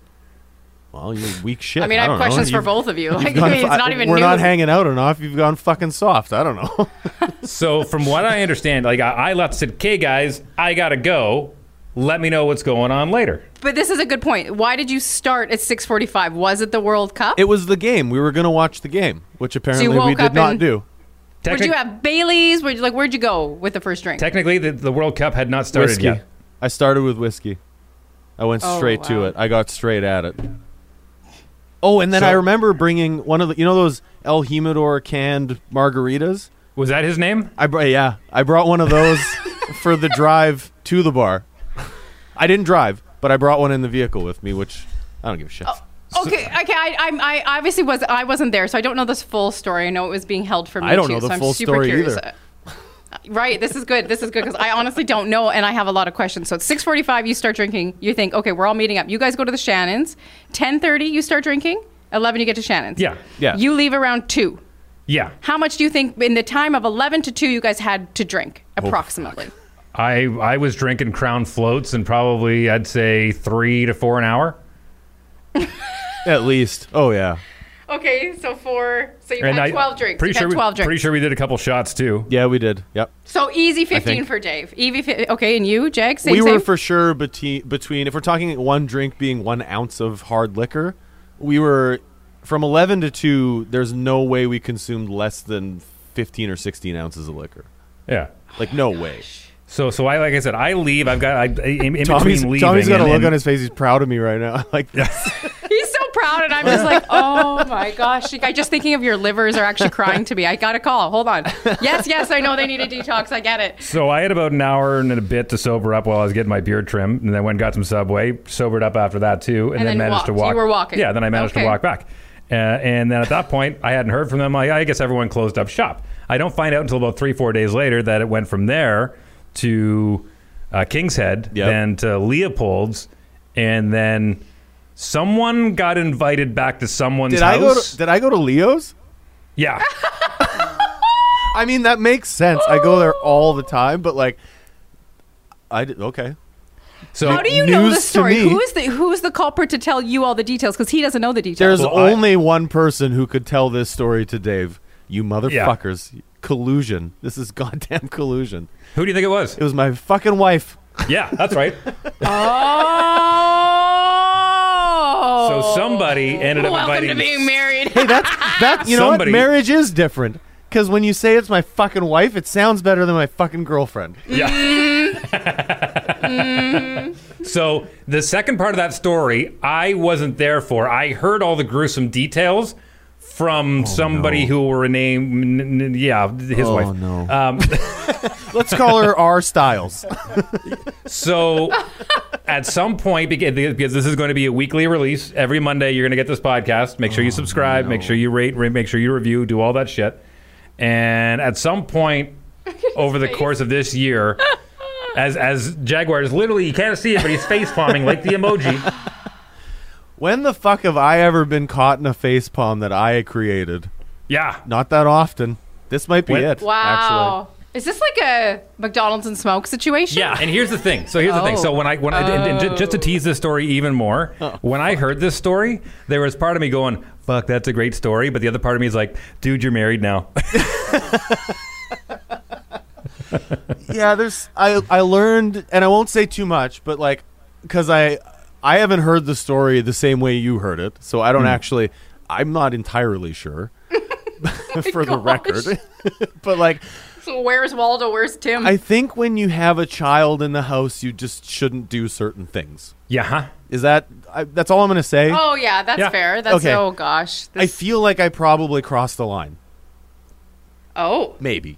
Speaker 5: Well, you're weak shit.
Speaker 4: I mean, I have
Speaker 5: don't know.
Speaker 4: questions for
Speaker 5: *laughs* You've-
Speaker 4: both of you. Like,
Speaker 5: gone
Speaker 4: I mean, *laughs* it's
Speaker 5: fu-
Speaker 4: not even
Speaker 5: We're
Speaker 4: news.
Speaker 5: not hanging out enough. You've gone fucking soft. I don't know. *laughs*
Speaker 3: So from what I understand, like I, I left said, "Okay, guys, I gotta go. Let me know what's going on later."
Speaker 4: but this is a good point. Why did you start at 6:45? Was it the World Cup?
Speaker 5: it was the game. We were going to watch the game, which apparently we
Speaker 4: woke
Speaker 5: did
Speaker 4: up
Speaker 5: not
Speaker 4: and-
Speaker 5: do.
Speaker 4: Would
Speaker 3: Technic-
Speaker 4: you have Bailey's? Where'd you, like where'd you go with the first drink?
Speaker 3: Technically, the, the World Cup had not started
Speaker 5: Whiskey.
Speaker 3: yet.
Speaker 5: I started with whiskey. I went
Speaker 4: Oh,
Speaker 5: straight to
Speaker 4: wow.
Speaker 5: it. I got straight at it. Oh, and then I
Speaker 3: So-
Speaker 5: remember bringing one of the you know those El Jimador canned margaritas.
Speaker 3: Was that his name?
Speaker 5: I brought yeah, I brought one of *laughs* those for the drive to the bar. I didn't drive, but I brought one in the vehicle with me, which I don't give a shit.
Speaker 4: Oh,
Speaker 5: *laughs*
Speaker 4: okay, okay. I, I'm, I obviously was I wasn't there, so I don't know this full story. I know it was being held for me.
Speaker 5: I don't
Speaker 4: too,
Speaker 5: know the
Speaker 4: so I'm
Speaker 5: full
Speaker 4: super
Speaker 5: story
Speaker 4: curious.
Speaker 5: either.
Speaker 4: Uh, Right, this is good. This is good because I honestly don't know, and I have a lot of questions. So at six forty-five, you start drinking. You think, okay, we're all meeting up. You guys go to the Shannons. Ten thirty, you start drinking. Eleven, you get to Shannons.
Speaker 3: Yeah.
Speaker 5: Yeah.
Speaker 4: You leave around two.
Speaker 3: Yeah.
Speaker 4: How much do you think in the time of eleven to two you guys had to drink
Speaker 5: Oh,
Speaker 4: approximately?
Speaker 3: I I was drinking Crown floats and probably I'd say three to four an hour,
Speaker 5: At least. Oh yeah.
Speaker 4: Okay, so four. So you
Speaker 3: and
Speaker 4: had
Speaker 3: I
Speaker 4: twelve drinks.
Speaker 3: Pretty
Speaker 4: you
Speaker 3: sure
Speaker 4: had twelve
Speaker 3: we,
Speaker 4: drinks.
Speaker 3: Pretty sure we did a couple shots too.
Speaker 5: Yeah, we did. Yep.
Speaker 4: So easy fifteen
Speaker 5: think.
Speaker 4: for Dave. Easy. Fi- okay, and you, Jag. Same.
Speaker 5: we
Speaker 4: same?
Speaker 5: were for sure between, between if we're talking one drink being one ounce of hard liquor we were from 11 to 2 there's no way we consumed less than 15 or 16 ounces of liquor
Speaker 3: Yeah.
Speaker 5: like no way
Speaker 3: So so I like I said I leave. I've got I, in, in
Speaker 5: tommy's,
Speaker 3: between leaving.
Speaker 5: tommy's got a
Speaker 3: and-
Speaker 5: look
Speaker 3: and-
Speaker 5: on his face he's proud of me right now *laughs* like
Speaker 4: He's so proud, and I'm just like, oh my gosh. I just thinking of your livers are actually crying to me. I got a call. Hold on. Yes, yes. I know they need a detox. I get it.
Speaker 3: So I had about an hour and a bit to sober up while I was getting my beard trimmed, and then went and got some Subway, sobered up after that too, and,
Speaker 4: And then
Speaker 3: managed to
Speaker 4: walked.
Speaker 3: walk.
Speaker 4: You were walking.
Speaker 3: Yeah, then I managed to
Speaker 4: Okay.
Speaker 3: walk back. Uh, and then at that point, I hadn't heard from them. I, I guess everyone closed up shop. I don't find out until about three, four days later that it went from there to uh, King's Head,
Speaker 5: Yep.
Speaker 3: then to Leopold's, and then someone got invited back to someone's
Speaker 5: did
Speaker 3: house.
Speaker 5: i go to, did i go to leo's
Speaker 4: *laughs*
Speaker 3: yeah.
Speaker 5: i mean that makes sense i go there all the time but like i did okay
Speaker 3: So
Speaker 4: How do you know
Speaker 5: News
Speaker 4: the
Speaker 5: to
Speaker 4: story?
Speaker 5: me.
Speaker 4: Who is the who is the culprit to tell you all the details? Because he doesn't know the details.
Speaker 5: there's
Speaker 3: Well, I-
Speaker 5: only one person who could tell this story to dave you motherfuckers collusion this is *laughs* goddamn collusion
Speaker 3: who do you think it was?
Speaker 5: It was my
Speaker 3: *laughs*
Speaker 5: fucking wife.
Speaker 3: Yeah, that's
Speaker 4: *laughs*
Speaker 3: right.
Speaker 4: oh.
Speaker 3: So somebody ended up
Speaker 4: Welcome
Speaker 3: inviting
Speaker 4: to being married.
Speaker 5: That you know what?
Speaker 3: Somebody-
Speaker 5: Marriage is different. Because when you say it's my fucking wife, it sounds better than my fucking girlfriend.
Speaker 3: Yeah. so the second part of that story, I wasn't there for. I heard all the gruesome details from somebody who were named, n- n- yeah, his
Speaker 5: Oh,
Speaker 3: wife.
Speaker 5: no.
Speaker 3: Um,
Speaker 5: *laughs* Let's call her R Styles.
Speaker 3: So at some point, beca- because this is going to be a weekly release, every Monday you're going to get this podcast. Make
Speaker 5: Oh,
Speaker 3: sure you subscribe. Make sure you rate. Re- make sure you review. Do all that shit. And at some point over the course of this year, as as Jaguar is literally you can't see it, but he's face palming like the emoji.
Speaker 5: *laughs* When the fuck have I ever been caught in a face palm that I created?
Speaker 3: Yeah.
Speaker 5: Not that often. This might be
Speaker 3: When-
Speaker 5: it.
Speaker 4: Wow. Is this like a McDonald's and smoke situation?
Speaker 3: Yeah, and here's the thing. So here's the thing. So
Speaker 4: Oh.
Speaker 3: when I when I and- and ju- just to tease this story even more,
Speaker 5: Oh.
Speaker 3: when I heard this story, there was part of me going, "Fuck, that's a great story," but the other part of me is like, "Dude, you're married now." *laughs*
Speaker 5: Actually. Yeah, there's. I I learned, and I won't say too much, but like, because I I haven't heard the story the same way you heard it, so I don't actually. I'm not entirely sure. *laughs* for the record, *laughs* but like,
Speaker 4: So where's Waldo? Where's Tim?
Speaker 5: I think when you have a child in the house, you just shouldn't do certain things.
Speaker 3: yeah. huh?
Speaker 5: Is that I, that's all I'm going to say?
Speaker 4: oh yeah, that's
Speaker 3: Yeah.
Speaker 4: fair. That's
Speaker 5: Okay.
Speaker 4: oh gosh.
Speaker 5: I
Speaker 4: This,
Speaker 5: feel like I probably crossed the line.
Speaker 4: oh,
Speaker 5: Maybe.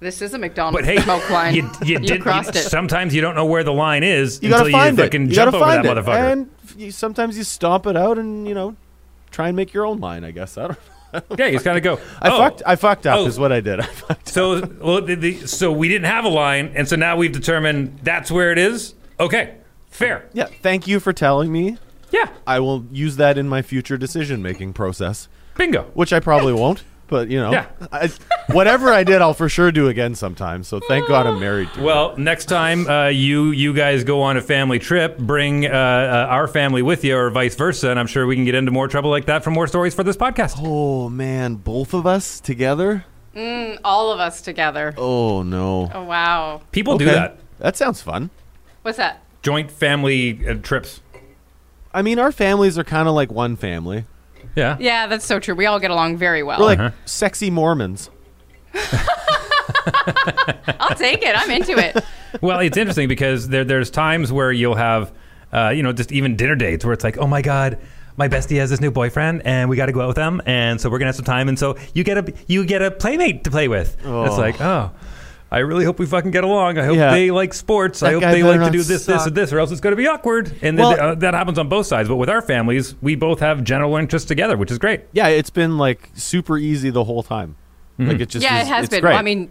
Speaker 4: this is a McDonald's
Speaker 3: But hey,
Speaker 4: *laughs* and smoke line.
Speaker 3: you, you, did,
Speaker 4: crossed
Speaker 3: you-
Speaker 4: it.
Speaker 3: Sometimes you don't know where the line is
Speaker 5: You got
Speaker 3: until
Speaker 5: to find
Speaker 3: you
Speaker 5: it.
Speaker 3: fucking
Speaker 5: You got
Speaker 3: jump
Speaker 5: to
Speaker 3: over that
Speaker 5: find it.
Speaker 3: motherfucker.
Speaker 5: And f- you, sometimes you stomp it out and, you know, try and make your own line, I guess. I don't
Speaker 3: yeah, you just gotta go.
Speaker 5: I
Speaker 3: oh,
Speaker 5: fucked I fucked up
Speaker 3: Oh.
Speaker 5: is what I did. *laughs* I fucked
Speaker 3: So, well, the, the, so we didn't have a line, and so now we've determined that's where it is. Okay, fair.
Speaker 5: Yeah, thank you for telling me.
Speaker 3: Yeah,
Speaker 5: I will use that in my future decision-making process,
Speaker 3: bingo.
Speaker 5: which I probably won't, but you know.
Speaker 3: Yeah.
Speaker 5: I, whatever I did, I'll for sure do again sometime. So thank God I'm married to
Speaker 3: Well, next time uh, you you guys go on a family trip, bring uh, uh, our family with you, or vice versa, and I'm sure we can get into more trouble like that for more stories for this podcast.
Speaker 5: Oh man, both of us together?
Speaker 4: All of us together. Oh,
Speaker 5: Oh no.
Speaker 4: wow.
Speaker 3: People do
Speaker 5: Okay.
Speaker 3: that.
Speaker 5: That sounds fun.
Speaker 4: What's that?
Speaker 3: Joint family uh, trips.
Speaker 5: I mean, our families are kind of like one family.
Speaker 3: Yeah.
Speaker 4: Yeah, that's so true. We all get along very well.
Speaker 5: We're like sexy Mormons.
Speaker 4: I'll take it. I'm into
Speaker 5: *laughs*
Speaker 4: it.
Speaker 3: Well, it's interesting because there, there's times where you'll have, uh, you know, just even dinner dates where it's like, oh my god, my bestie has this new boyfriend, and we got to go out with them, and so we're gonna have some time, and so you get a you get a playmate to play with. And It's like, oh, I really hope we fucking get along. I hope
Speaker 5: Yeah.
Speaker 3: they like sports. I
Speaker 5: That
Speaker 3: hope
Speaker 5: guy
Speaker 3: they
Speaker 5: better
Speaker 3: like to
Speaker 5: not
Speaker 3: do this, this,
Speaker 5: suck.
Speaker 3: and this, or else it's gonna be awkward. And
Speaker 5: Well-
Speaker 3: th- uh, that happens on both sides. But with our families, we both have general interests together, which is great.
Speaker 5: Yeah, it's been like super easy the whole time. Like it just
Speaker 4: yeah,
Speaker 5: is-
Speaker 4: it has
Speaker 5: it's
Speaker 4: been.
Speaker 5: great.
Speaker 4: I mean,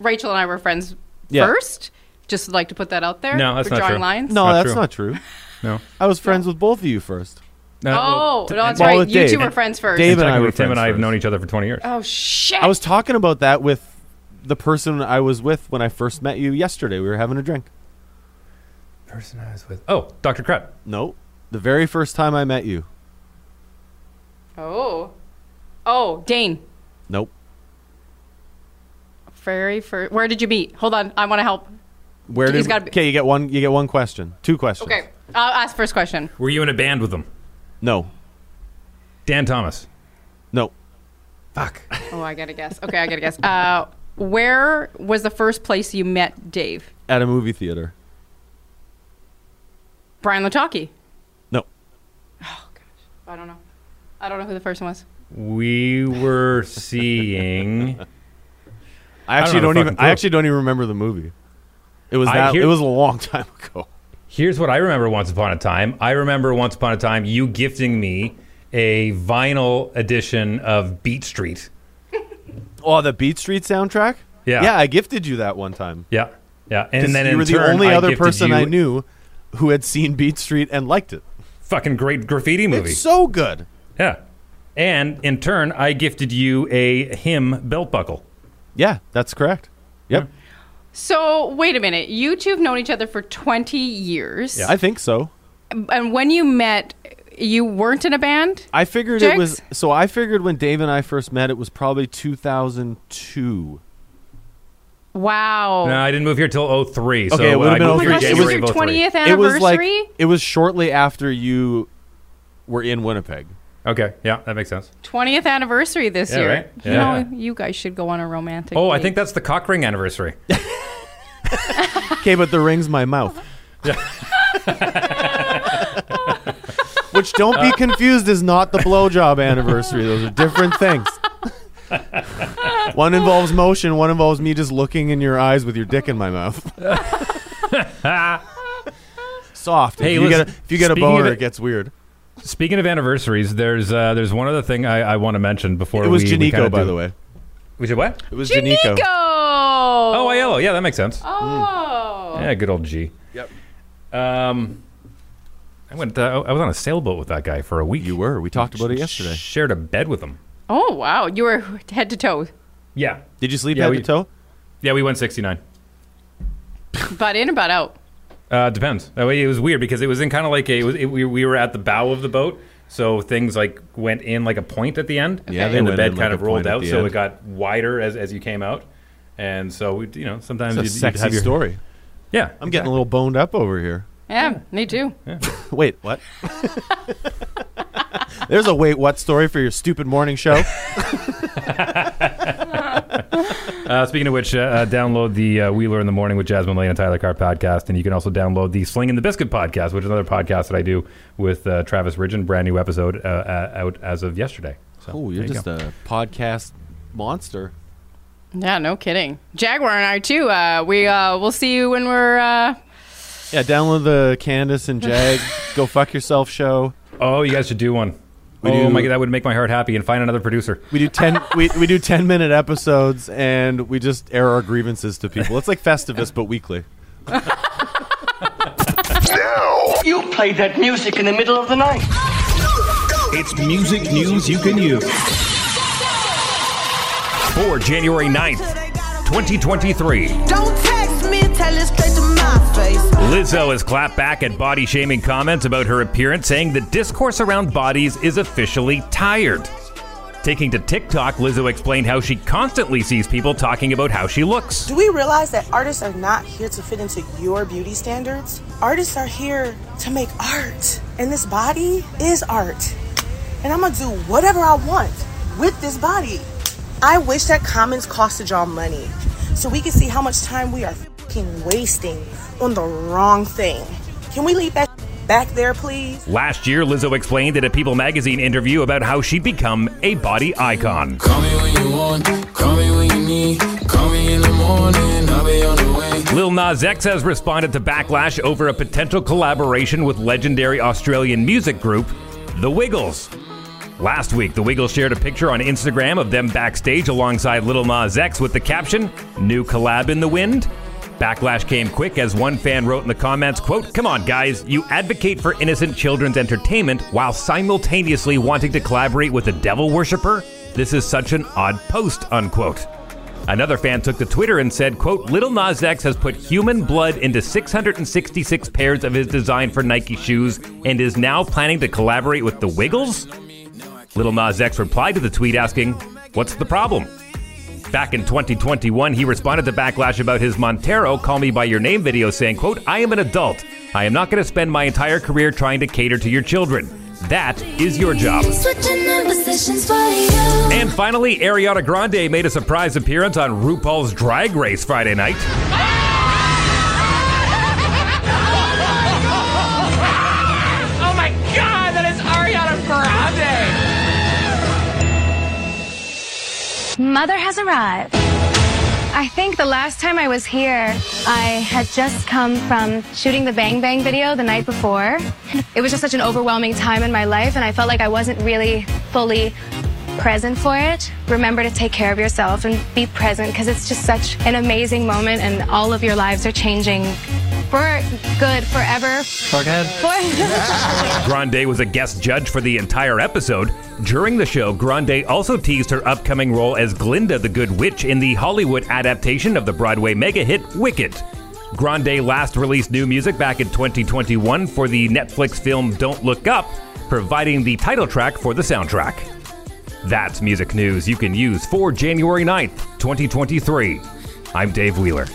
Speaker 4: Rachel and I were friends
Speaker 5: Yeah.
Speaker 4: first. Just like to put that out there.
Speaker 3: No, that's
Speaker 4: we're
Speaker 3: not
Speaker 4: drawing
Speaker 3: true.
Speaker 4: lines.
Speaker 5: no,
Speaker 3: not
Speaker 5: that's
Speaker 3: true.
Speaker 5: not true.
Speaker 3: No.
Speaker 5: I was friends with both of you first.
Speaker 3: Uh,
Speaker 4: Oh,
Speaker 3: well,
Speaker 4: no, that's
Speaker 5: well,
Speaker 4: right.
Speaker 5: with
Speaker 4: You
Speaker 5: Dave-
Speaker 4: two were friends first.
Speaker 5: Dave and I
Speaker 3: technically,
Speaker 5: were
Speaker 3: Tim and I have
Speaker 5: friends
Speaker 3: known each other for 20 years.
Speaker 4: Oh shit.
Speaker 5: I was talking about that with the person I was with when I first met you yesterday. We were having a drink.
Speaker 3: Person I was with. Oh, Dr. Krupp.
Speaker 5: No, the very first time I met you.
Speaker 4: Oh. Oh, Dane.
Speaker 5: Nope.
Speaker 4: Very first. Where did you meet? Hold on. I want to help.
Speaker 5: Where
Speaker 4: He's
Speaker 5: did?
Speaker 4: gotta be-
Speaker 5: okay, you get one. You get one question. Two questions.
Speaker 4: Okay. I'll ask first question.
Speaker 3: Were you in a band with them?
Speaker 5: No.
Speaker 3: Dan Thomas.
Speaker 5: No.
Speaker 3: Fuck.
Speaker 4: Oh, I got to guess. Okay, I got to guess. Uh, where was the first place you met Dave?
Speaker 5: At a movie theater.
Speaker 4: Brian Lataki.
Speaker 5: No.
Speaker 4: I don't know. I don't know who the first one was.
Speaker 3: We were seeing.
Speaker 5: I
Speaker 3: don't have
Speaker 5: actually
Speaker 3: a
Speaker 5: don't, even.
Speaker 3: fucking
Speaker 5: I
Speaker 3: clue.
Speaker 5: actually don't even remember the movie. It was
Speaker 3: I
Speaker 5: that.
Speaker 3: hear-
Speaker 5: it was a long *laughs* time ago.
Speaker 3: Here's what I remember once upon a time. I remember once upon a time you gifting me a vinyl edition of Beat Street.
Speaker 5: Oh, the Beat Street soundtrack.
Speaker 3: Yeah.
Speaker 5: yeah. I gifted you that one time.
Speaker 3: Yeah. Yeah. And
Speaker 5: 'Cause
Speaker 3: then
Speaker 5: you
Speaker 3: in
Speaker 5: were
Speaker 3: turn,
Speaker 5: the only
Speaker 3: I
Speaker 5: other
Speaker 3: gifted
Speaker 5: person
Speaker 3: you
Speaker 5: I knew who had seen Beat Street and liked it.
Speaker 3: Fucking great graffiti movie.
Speaker 5: It's so good.
Speaker 3: yeah. And in turn, I gifted you a hymn belt buckle.
Speaker 5: Yeah, that's correct. Yep,
Speaker 4: So, wait a minute. You two have known each other for 20 years.
Speaker 5: I think so.
Speaker 4: And when you met, you weren't in a band?
Speaker 5: I figured it was.
Speaker 4: Jax?
Speaker 5: So I figured when Dave and I first met, it was probably 2002.
Speaker 4: Wow.
Speaker 3: No, I didn't move here till 03. So
Speaker 5: Okay, it would've
Speaker 3: I
Speaker 5: been
Speaker 3: moved
Speaker 4: oh my
Speaker 3: here
Speaker 4: gosh,
Speaker 5: It
Speaker 4: this
Speaker 5: was
Speaker 4: is
Speaker 3: January
Speaker 4: your
Speaker 3: of 03.
Speaker 4: 20th anniversary?
Speaker 5: It was like it was shortly after you were in Winnipeg.
Speaker 3: Okay. Yeah, that makes sense.
Speaker 4: 20th anniversary this
Speaker 3: Yeah,
Speaker 4: year.
Speaker 3: right?
Speaker 4: You
Speaker 3: Yeah.
Speaker 4: know, you guys should go on a romantic
Speaker 3: Oh, I
Speaker 4: date.
Speaker 3: think that's the cock ring anniversary.
Speaker 5: *laughs* Okay, but the rings my mouth. Which don't be confused is not the blowjob anniversary. Those are different *laughs* things. one involves motion, one involves me just looking in your eyes with your dick in my *laughs* mouth. Soft.
Speaker 3: Hey,
Speaker 5: if, you
Speaker 3: listen,
Speaker 5: get a, if you get a
Speaker 3: speaking of
Speaker 5: boner,
Speaker 3: it-
Speaker 5: it gets weird.
Speaker 3: Speaking of anniversaries, there's uh, there's one other thing I, I want to mention before
Speaker 5: It was
Speaker 3: we, we kinda
Speaker 5: Janico, by
Speaker 3: do-
Speaker 5: the way.
Speaker 3: We did what?
Speaker 5: It was
Speaker 4: Nico.
Speaker 5: Janico.
Speaker 3: Oh,
Speaker 4: Oh,
Speaker 3: Aiello. Yeah, that makes sense.
Speaker 4: Oh.
Speaker 3: Yeah, good old G. Yep. Um, I went. Uh, I was on a sailboat with that guy for a week.
Speaker 5: You were. We talked about it yesterday.
Speaker 3: Shared a bed with him.
Speaker 4: Oh, wow. You were head to toe,
Speaker 3: Yeah.
Speaker 5: Did you sleep
Speaker 3: Yeah,
Speaker 5: head
Speaker 3: we-
Speaker 5: to toe?
Speaker 3: Yeah, we went 69.
Speaker 4: butt in and butt out.
Speaker 3: Uh, depends. That way it was weird because it was in kind of like a. It was, it, we, we were at the bow of the boat, so things like went in like a point at the end.
Speaker 5: Yeah, they
Speaker 3: and the
Speaker 5: went
Speaker 3: bed
Speaker 5: in like
Speaker 3: kind
Speaker 5: a
Speaker 3: of rolled
Speaker 5: point at
Speaker 3: out,
Speaker 5: the
Speaker 3: so
Speaker 5: end.
Speaker 3: it got wider as as you came out. And so we, you know, sometimes
Speaker 5: It's a
Speaker 3: you'd, you'd
Speaker 5: sexy
Speaker 3: have your,
Speaker 5: story.
Speaker 3: Yeah,
Speaker 5: I'm getting a little boned up over here.
Speaker 4: Yeah, me too.
Speaker 5: *laughs* Wait, what? *laughs* There's a wait what story for your stupid morning *laughs* show.
Speaker 3: Uh, speaking of which, uh, uh, download the uh, Wheeler in the Morning with Jasmine Lane and Tyler Carr podcast, and you can also download the Sling and the Biscuit podcast, which is another podcast that I do with uh, Travis Ridgen. Brand new episode uh, uh, out as of yesterday. So,
Speaker 5: Oh,
Speaker 3: there
Speaker 5: you're
Speaker 3: you
Speaker 5: just
Speaker 3: go.
Speaker 5: a podcast monster.
Speaker 4: Yeah, no kidding. Jaguar and I too. Uh, we uh, we'll see you when we're. Uh,
Speaker 5: Yeah, download the Candace and Jag *laughs* Go Fuck Yourself show.
Speaker 3: oh, you guys should do one.
Speaker 5: We
Speaker 3: oh
Speaker 5: do-
Speaker 3: my god, that would make my heart happy. And find another producer.
Speaker 5: *laughs* We do ten we, we do ten minute episodes and we just air our grievances to people. It's like Festivus but weekly.
Speaker 6: You played that music in the middle of the night.
Speaker 1: It's music news you can use.
Speaker 3: For January 9th, 2023,
Speaker 9: Don't text me, tell it straight to my face.
Speaker 3: Lizzo has clapped back at body shaming comments about her appearance, saying the discourse around bodies is officially tired. Taking to TikTok, Lizzo explained how she constantly sees people talking about how she looks.
Speaker 10: Do we realize that artists are not here to fit into your beauty standards? Artists are here to make art. And this body is art. And I'm gonna do whatever I want with this body. I wish that comments costed y'all money so we could see how much time we are fing wasting on the wrong thing. Can we leave that back there, please?
Speaker 3: Last year, Lizzo explained in a People magazine interview about how she'd become a body icon.
Speaker 7: Call me when you want, call me when you need. Call me in the morning, I'll be on the way.
Speaker 3: Lil Nas X has responded to backlash over a potential collaboration with legendary Australian music group, The Wiggles. Last week, The Wiggles shared a picture on Instagram of them backstage alongside Lil Nas X with the caption, New collab in the wind? Backlash came quick as one fan wrote in the comments, quote, Come on, guys, you advocate for innocent children's entertainment while simultaneously wanting to collaborate with a devil worshiper? This is such an odd post, unquote. Another fan took to Twitter and said, quote, Little Nas X has put human blood into 666 pairs of his design for Nike shoes and is now planning to collaborate with the Wiggles? Little Nas X replied to the tweet asking, What's the problem? Back in 2021, he responded to backlash about his Montero Call Me By Your Name video saying, quote, I am an adult. I am not going to spend my entire career trying to cater to your children. That is your job.
Speaker 11: Switching them positions for you.
Speaker 3: And finally, Ariana Grande made a surprise appearance on RuPaul's Drag Race Friday night.
Speaker 2: Oh my god, that is Ariana Grande!
Speaker 11: Mother has arrived. I think the last time I was here, I had just come from shooting the Bang Bang video the night before. It was just such an overwhelming time in my life, and I felt like I wasn't really fully present for it. Remember to take care of yourself and be present because it's just such an amazing moment, and all of your lives are changing for good forever. For-
Speaker 3: Grande was a guest judge for the entire episode. During the show, Grande also teased her upcoming role as Glinda the Good Witch in the Hollywood adaptation of the Broadway mega hit Wicked. Grande last released new music back in 2021 for the Netflix film Don't Look Up, providing the title track for the soundtrack. That's music news you can use for January 9th, 2023. I'm Dave Wheeler.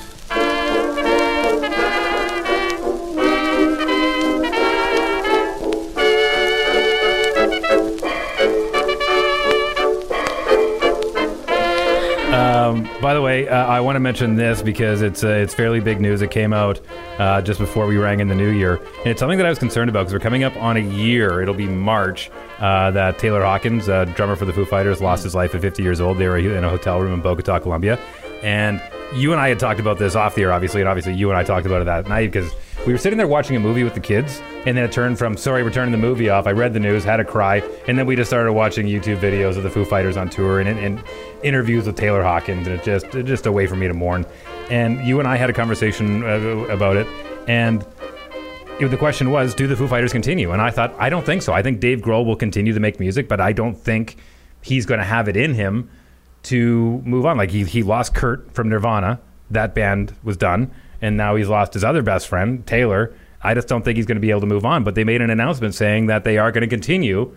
Speaker 3: Um, by the way, uh, I want to mention this because it's uh, it's fairly big news. It came out uh, just before we rang in the new year, and it's something that I was concerned about because we're coming up on a year. It'll be March uh, that Taylor Hawkins, uh, drummer for the Foo Fighters, lost his life at 50 years old. They were in a hotel room in Bogota, Colombia, and you and I had talked about this off the air, obviously, and obviously you and I talked about it that night because we were sitting there watching a movie with the kids, and then it turned from sorry, we're turning the movie off. I read the news, had a cry, and then we just started watching YouTube videos of the Foo Fighters on tour and, and interviews with Taylor Hawkins, and it just it just a way for me to mourn. And you and I had a conversation uh, about it, and it- the question was, do the Foo Fighters continue? And I thought, I don't think so. I think Dave Grohl will continue to make music, but I don't think he's going to have it in him to move on. Like he he lost Kurt from Nirvana, that band was done, and now he's lost his other best friend Taylor. I just don't think he's going to be able to move on. But they made an announcement saying that they are going to continue.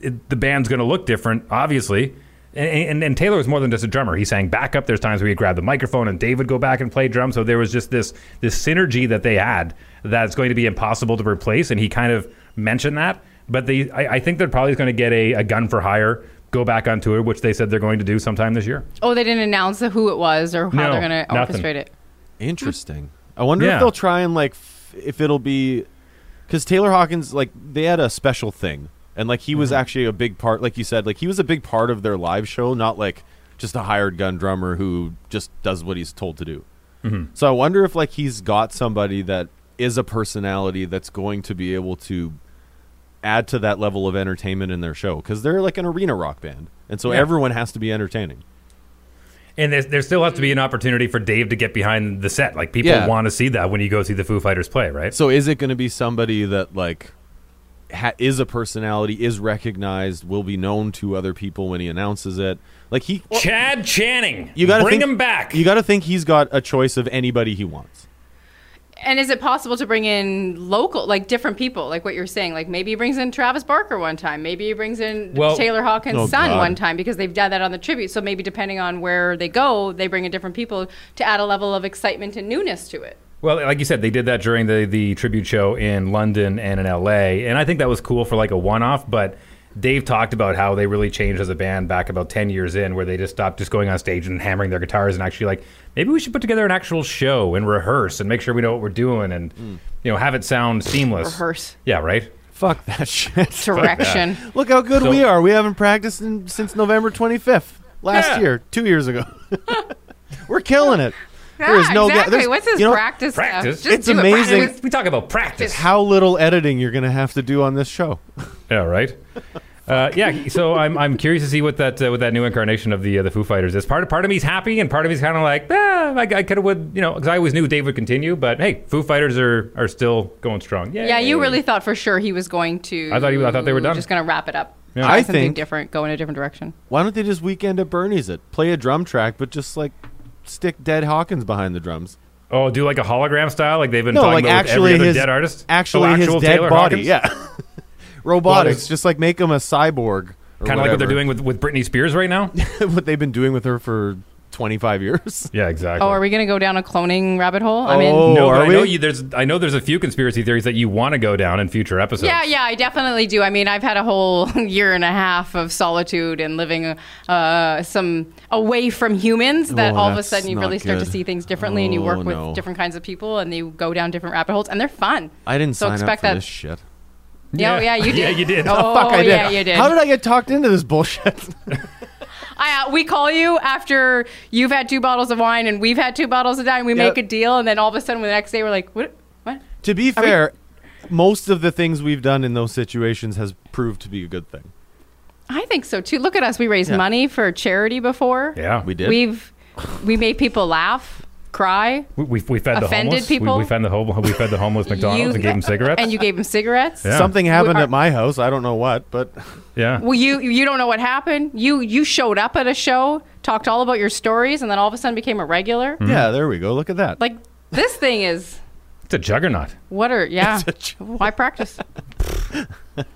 Speaker 3: It- the band's going to look different, obviously. And, and, and Taylor was more than just a drummer. He sang backup. There's times where he'd grab the microphone and Dave would go back and play drums. So there was just this this synergy that they had that's going to be impossible to replace. And he kind of mentioned that. But they, I, I think they're probably going to get a, a gun for hire, go back on tour, which they said they're going to do sometime this year.
Speaker 4: Oh, they didn't announce who it was or how
Speaker 3: No,
Speaker 4: they're going to
Speaker 3: nothing.
Speaker 4: orchestrate it.
Speaker 5: Interesting. I wonder
Speaker 3: Yeah.
Speaker 5: if they'll try and like f- if it'll be because Taylor Hawkins like they had a special thing and like he
Speaker 3: Mm-hmm.
Speaker 5: was actually a big part like you said like he was a big part of their live show not like just a hired gun drummer who just does what he's told to do.
Speaker 3: Mm-hmm.
Speaker 12: Mhm.
Speaker 5: So I wonder if like he's got somebody that is a personality that's going to be able to add to that level of entertainment in their show because they're like an arena rock band and so
Speaker 3: Yeah.
Speaker 5: everyone has to be entertaining.
Speaker 3: And there, there still has to be an opportunity for Dave to get behind the set. Like people
Speaker 5: Yeah.
Speaker 3: want to see that when you go see the Foo Fighters play, right?
Speaker 5: So is it going to be somebody that like ha- is a personality, is recognized, will be known to other people when he announces it? Like he,
Speaker 3: Chad Channing,
Speaker 5: you got to
Speaker 3: bring
Speaker 5: think,
Speaker 3: him back.
Speaker 5: You got to think he's got a choice of anybody he wants.
Speaker 4: And is it possible to bring in local, like different people, like what you're saying? Like maybe he brings in Travis Barker one time, maybe he brings in
Speaker 5: Well-
Speaker 4: Taylor Hawkins'
Speaker 5: Oh,
Speaker 4: son
Speaker 5: God.
Speaker 4: one time because they've done that on the tribute. So maybe depending on where they go, they bring in different people to add a level of excitement and newness to it.
Speaker 3: Well, like you said, they did that during the the tribute show in London and in LA, and I think that was cool for like a one off. But Dave talked about how they really changed as a band back about ten years in, where they just stopped just going on stage and hammering their guitars and actually like maybe we should put together an actual show and rehearse and make sure we know what we're doing and you know have it sound seamless.
Speaker 4: Rehearse.
Speaker 3: yeah, right.
Speaker 5: Fuck *laughs* that shit.
Speaker 3: *laughs*
Speaker 4: Direction.
Speaker 5: Look how good
Speaker 3: So-
Speaker 5: we are. We haven't practiced in, since November 25th last
Speaker 4: Yeah.
Speaker 5: year, two years ago. *laughs* We're killing it.
Speaker 4: Yeah, exactly. What's this practice stuff? Practice? Just
Speaker 5: it's
Speaker 4: do it.
Speaker 5: amazing.
Speaker 4: Practice.
Speaker 3: We talk about practice.
Speaker 5: How little editing you're going to have to do on this show. *laughs*
Speaker 3: Yeah, right. Uh, yeah, so I'm, I'm curious to see what that uh, what that new incarnation of the uh, the Foo Fighters is. Part part of me's happy, and part of me's kind of like, ah, I, I could have would you know because I always knew Dave would continue, but hey, Foo Fighters are are still going strong. Yeah,
Speaker 4: Yeah, you really thought for sure he was going to.
Speaker 3: I thought he- I thought they were done.
Speaker 4: Just going to wrap it up.
Speaker 5: Yeah.
Speaker 4: Try
Speaker 5: I
Speaker 4: something
Speaker 5: think-
Speaker 4: different, go in a different direction.
Speaker 5: Why don't they just weekend at Bernie's it? Play a drum track, but just like stick Dead Hawkins behind the drums.
Speaker 3: Oh, do like a hologram style, like they've been
Speaker 5: no,
Speaker 3: talking
Speaker 5: like
Speaker 3: about with
Speaker 5: actually
Speaker 3: every other
Speaker 5: his
Speaker 3: dead artist,
Speaker 5: actually
Speaker 3: Oh, actual
Speaker 5: his dead
Speaker 3: Taylor
Speaker 5: body.
Speaker 3: Hawkins?
Speaker 5: Yeah, *laughs* robotics.
Speaker 3: *laughs* Well,
Speaker 5: just like make him a cyborg.
Speaker 3: Kinda like what they're doing with with Britney Spears right
Speaker 5: *laughs*
Speaker 3: now.
Speaker 5: what they've been doing with her for twenty five years. *laughs*
Speaker 3: Yeah, exactly.
Speaker 4: Oh, are we going to go down a cloning rabbit hole? I mean,
Speaker 3: Oh, no, but
Speaker 5: Oh, are
Speaker 3: I know
Speaker 5: we?
Speaker 3: you, there's I know there's a few conspiracy theories that you want to go down in future episodes.
Speaker 4: Yeah, yeah, I definitely do. I mean, I've had a whole *laughs* year and a half of solitude and living uh, some away from humans that
Speaker 13: Oh,
Speaker 4: all of a
Speaker 13: that's
Speaker 4: sudden you
Speaker 13: not
Speaker 4: really start to
Speaker 13: good.
Speaker 4: see things differently and you
Speaker 5: Oh,
Speaker 4: work
Speaker 5: no. Uh,
Speaker 4: with different kinds of people and you go down different rabbit holes and they're fun.
Speaker 5: I didn't
Speaker 4: so
Speaker 5: sign
Speaker 4: expect
Speaker 5: up for
Speaker 4: that.
Speaker 5: this shit.
Speaker 4: Yeah, oh,
Speaker 3: *laughs*
Speaker 4: yeah, you did.
Speaker 3: Yeah, you did.
Speaker 4: Oh,
Speaker 5: Oh, fuck, I did.
Speaker 4: yeah, you did.
Speaker 5: How did I get talked into this bullshit? *laughs*
Speaker 4: I, uh, we call you after you've had two bottles of wine and we've had two bottles of wine. We
Speaker 5: Yeah.
Speaker 4: make a deal, and then all of a sudden, the next day, we're like, "What? What?
Speaker 5: to be
Speaker 4: Are we-
Speaker 5: fair, most of the things we've done in those situations has proved to be a good thing.
Speaker 4: I think so too. Look at us. We raised
Speaker 5: Yeah.
Speaker 4: money for charity before.
Speaker 5: Yeah, we did.
Speaker 4: We've we made people laugh, cry.
Speaker 3: We, we, we fed the
Speaker 4: Offended
Speaker 3: homeless.
Speaker 4: people?
Speaker 3: We, we fed the hobo- we fed the
Speaker 4: *laughs*
Speaker 3: homeless McDonald's and gave them cigarettes.
Speaker 4: And you gave them cigarettes.
Speaker 5: Something happened
Speaker 4: We-
Speaker 5: at my house. I don't know what, but *laughs*
Speaker 3: yeah.
Speaker 4: Well, you you don't know what happened. You you showed up at a show, talked all about your stories, and then all of a sudden became a regular.
Speaker 5: Yeah, there we go. Look at that.
Speaker 4: Like this thing is
Speaker 3: It's a juggernaut.
Speaker 4: what are
Speaker 5: *laughs*
Speaker 4: yeah. Why practice?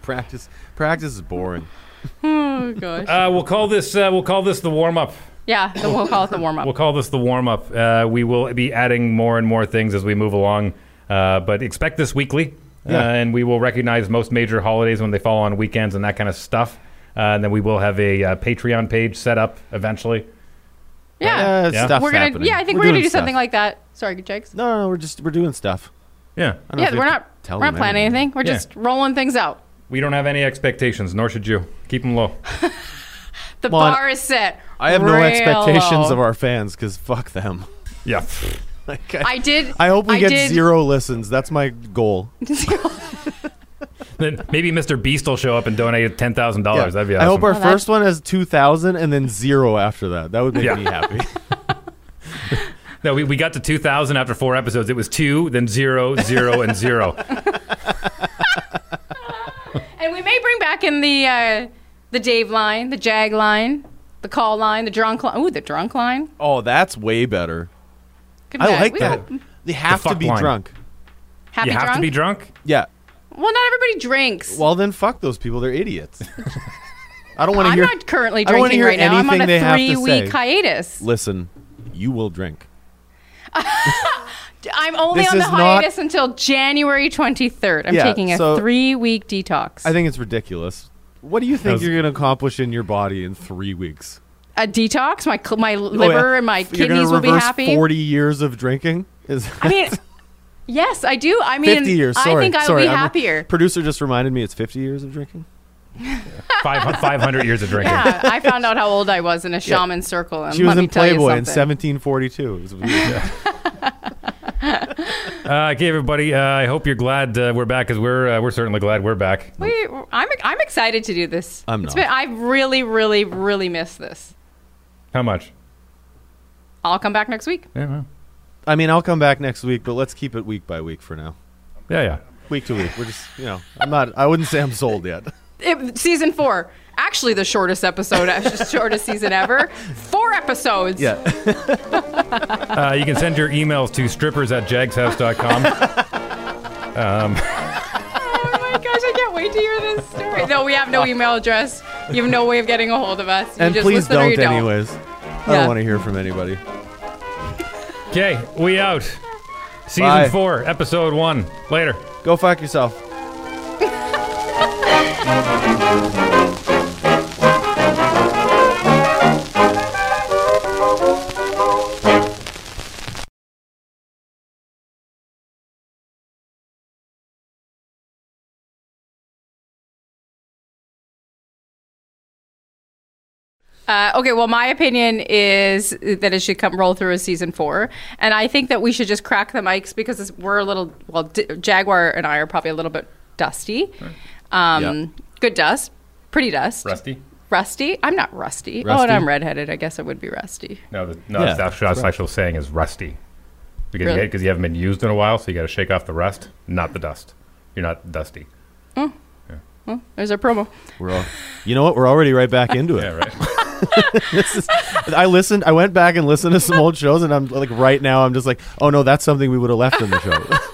Speaker 5: practice practice is boring.
Speaker 4: Oh gosh.
Speaker 3: Uh, we'll call this uh, we'll call this the warm up.
Speaker 4: *laughs* yeah, then we'll call it the warm up.
Speaker 3: We'll call this the warm up. Uh, we will be adding more and more things as we move along, uh, but expect this weekly.
Speaker 5: Yeah.
Speaker 3: Uh, and we will recognize most major holidays when they fall on weekends and that kind of stuff. Uh, and then we will have a uh, Patreon page set up eventually.
Speaker 4: Yeah.
Speaker 5: Yeah, stuff's
Speaker 4: we're gonna.
Speaker 5: happening.
Speaker 4: Yeah, I think
Speaker 5: We're
Speaker 4: we're, gonna
Speaker 5: doing
Speaker 4: do
Speaker 5: stuff.
Speaker 4: something like that. Sorry, Jakes.
Speaker 5: No, no, no, we're just we're doing stuff.
Speaker 3: Yeah.
Speaker 5: I don't know if
Speaker 4: Yeah,
Speaker 5: we
Speaker 4: we're
Speaker 5: have to
Speaker 4: not.
Speaker 5: tell
Speaker 4: We're not
Speaker 5: them
Speaker 4: planning anything.
Speaker 5: anything.
Speaker 4: We're
Speaker 3: Yeah.
Speaker 4: just rolling things out.
Speaker 3: We don't have any expectations, nor should you. Keep them low.
Speaker 4: The
Speaker 5: Well,
Speaker 4: bar is set.
Speaker 5: I have no
Speaker 4: real
Speaker 5: expectations
Speaker 4: low.
Speaker 5: of our fans because fuck them.
Speaker 3: Yeah.
Speaker 5: like,
Speaker 4: I did.
Speaker 5: *laughs* I hope we get
Speaker 4: did- *laughs*
Speaker 5: zero listens. That's my goal.
Speaker 3: *laughs* then maybe Mr. Beast will show up and donate ten thousand
Speaker 5: Yeah.
Speaker 3: dollars. That'd be awesome.
Speaker 5: I hope our
Speaker 4: Well, Oh, that-
Speaker 5: first one has two thousand and then zero after that. That would make
Speaker 3: Yeah.
Speaker 5: me happy.
Speaker 3: No, we, we got to two thousand after four episodes. It was two, then zero, zero, *laughs* and zero.
Speaker 4: And we may bring back in the uh, the Dave line, the Jag line, the call line, the drunk line. Ooh, the drunk line.
Speaker 5: *laughs* oh, that's way better.
Speaker 4: Good
Speaker 5: I
Speaker 4: night.
Speaker 5: like
Speaker 4: We
Speaker 5: that.
Speaker 4: got
Speaker 5: They have to
Speaker 3: fuck
Speaker 5: be
Speaker 3: line.
Speaker 5: drunk.
Speaker 4: Happy
Speaker 3: you have
Speaker 4: drunk.
Speaker 3: to be drunk.
Speaker 5: Yeah.
Speaker 4: well, not everybody drinks.
Speaker 5: Well, then fuck those people. They're
Speaker 4: *laughs*
Speaker 5: idiots. I don't want to
Speaker 4: I'm
Speaker 5: hear.
Speaker 4: not currently
Speaker 5: I don't wanna
Speaker 4: drinking
Speaker 5: hear
Speaker 4: right now. I'm on
Speaker 5: anything they
Speaker 4: a
Speaker 5: have to
Speaker 4: three week
Speaker 5: say.
Speaker 4: hiatus.
Speaker 5: Listen, you will drink.
Speaker 4: I'm only
Speaker 5: This
Speaker 4: on the
Speaker 5: is not-
Speaker 4: hiatus until January 23rd. I'm
Speaker 5: Yeah,
Speaker 4: taking a
Speaker 5: so-
Speaker 4: three week detox.
Speaker 5: I think it's ridiculous. What do you think
Speaker 3: was-
Speaker 5: you're going to accomplish in your body in three weeks?
Speaker 4: a detox. My cl- my liver
Speaker 5: Oh, yeah.
Speaker 4: and my
Speaker 5: F- you're gonna
Speaker 4: kidneys will be
Speaker 5: reverse
Speaker 4: happy.
Speaker 5: Forty years of drinking is
Speaker 4: I mean, yes, I do. I mean,
Speaker 5: *laughs* fifty years. Sorry,
Speaker 4: I think I
Speaker 5: sorry.
Speaker 4: will be
Speaker 5: I'm-
Speaker 4: happier.
Speaker 5: producer just reminded me it's fifty years of drinking.
Speaker 3: Five five hundred years of drinking.
Speaker 4: yeah, I found out how old I was in a shaman circle, and
Speaker 5: She
Speaker 4: Um, let
Speaker 5: was
Speaker 4: me
Speaker 5: in
Speaker 4: tell you
Speaker 5: Playboy in
Speaker 4: something.
Speaker 5: 1742. It was weird.
Speaker 4: *laughs*
Speaker 3: Uh, okay, everybody. Uh, I hope you're glad uh, we're back because we're uh, we're certainly glad we're back.
Speaker 4: We, I'm I'm excited to do this.
Speaker 5: I'm
Speaker 4: It's
Speaker 5: not.
Speaker 4: been- I really, really, really miss this.
Speaker 3: How much?
Speaker 4: I'll come back next week.
Speaker 3: Yeah, well,
Speaker 5: I mean, I'll come back next week, but let's keep it week by week for now.
Speaker 3: yeah, yeah.
Speaker 5: Week to week. We're just, you know, I'm not. I wouldn't say I'm
Speaker 4: *laughs*
Speaker 5: sold yet.
Speaker 4: It, season four, actually the shortest episode, *laughs* shortest season ever. Four episodes.
Speaker 5: Yeah.
Speaker 3: Uh, you can send your emails to strippers at jagshouse.com. *laughs*
Speaker 4: Oh my gosh, I can't wait to hear this story. No, we have
Speaker 5: *laughs*
Speaker 4: no email address. You have no way of getting a hold of us. You
Speaker 5: And
Speaker 4: just
Speaker 5: please
Speaker 4: listen or you
Speaker 5: don't,
Speaker 4: don't.
Speaker 5: anyways. I
Speaker 4: Yeah.
Speaker 5: don't want to hear from anybody.
Speaker 3: Okay, we out. Season
Speaker 5: Bye.
Speaker 3: four, episode one. Later.
Speaker 5: Go fuck yourself.
Speaker 4: Uh, okay, well, my opinion is that it should come roll through as season four, and I think that we should just crack the mics because it's, we're a little well, D- Jaguar and I are probably a little bit dusty. Um,
Speaker 5: Yeah.
Speaker 4: Good dust, pretty dust,
Speaker 3: Rusty?
Speaker 4: rusty. I'm not rusty. Oh,
Speaker 5: Rusty?
Speaker 4: and I'm redheaded. I guess I would be rusty.
Speaker 3: No, the, no
Speaker 5: Yeah,
Speaker 3: that's, that's, that's actual saying is rusty. Because
Speaker 4: Really?
Speaker 3: you, cause you haven't been used in a while, so you got to shake off the rust, not the dust. You're not dusty.
Speaker 4: There's our promo.
Speaker 5: We're all, you know what? We're already right back into it.
Speaker 3: Yeah, right.
Speaker 5: This is- I listened. I went back and listened to some old shows, and I'm like, right now, I'm just like, oh no, that's something we would have left in the show.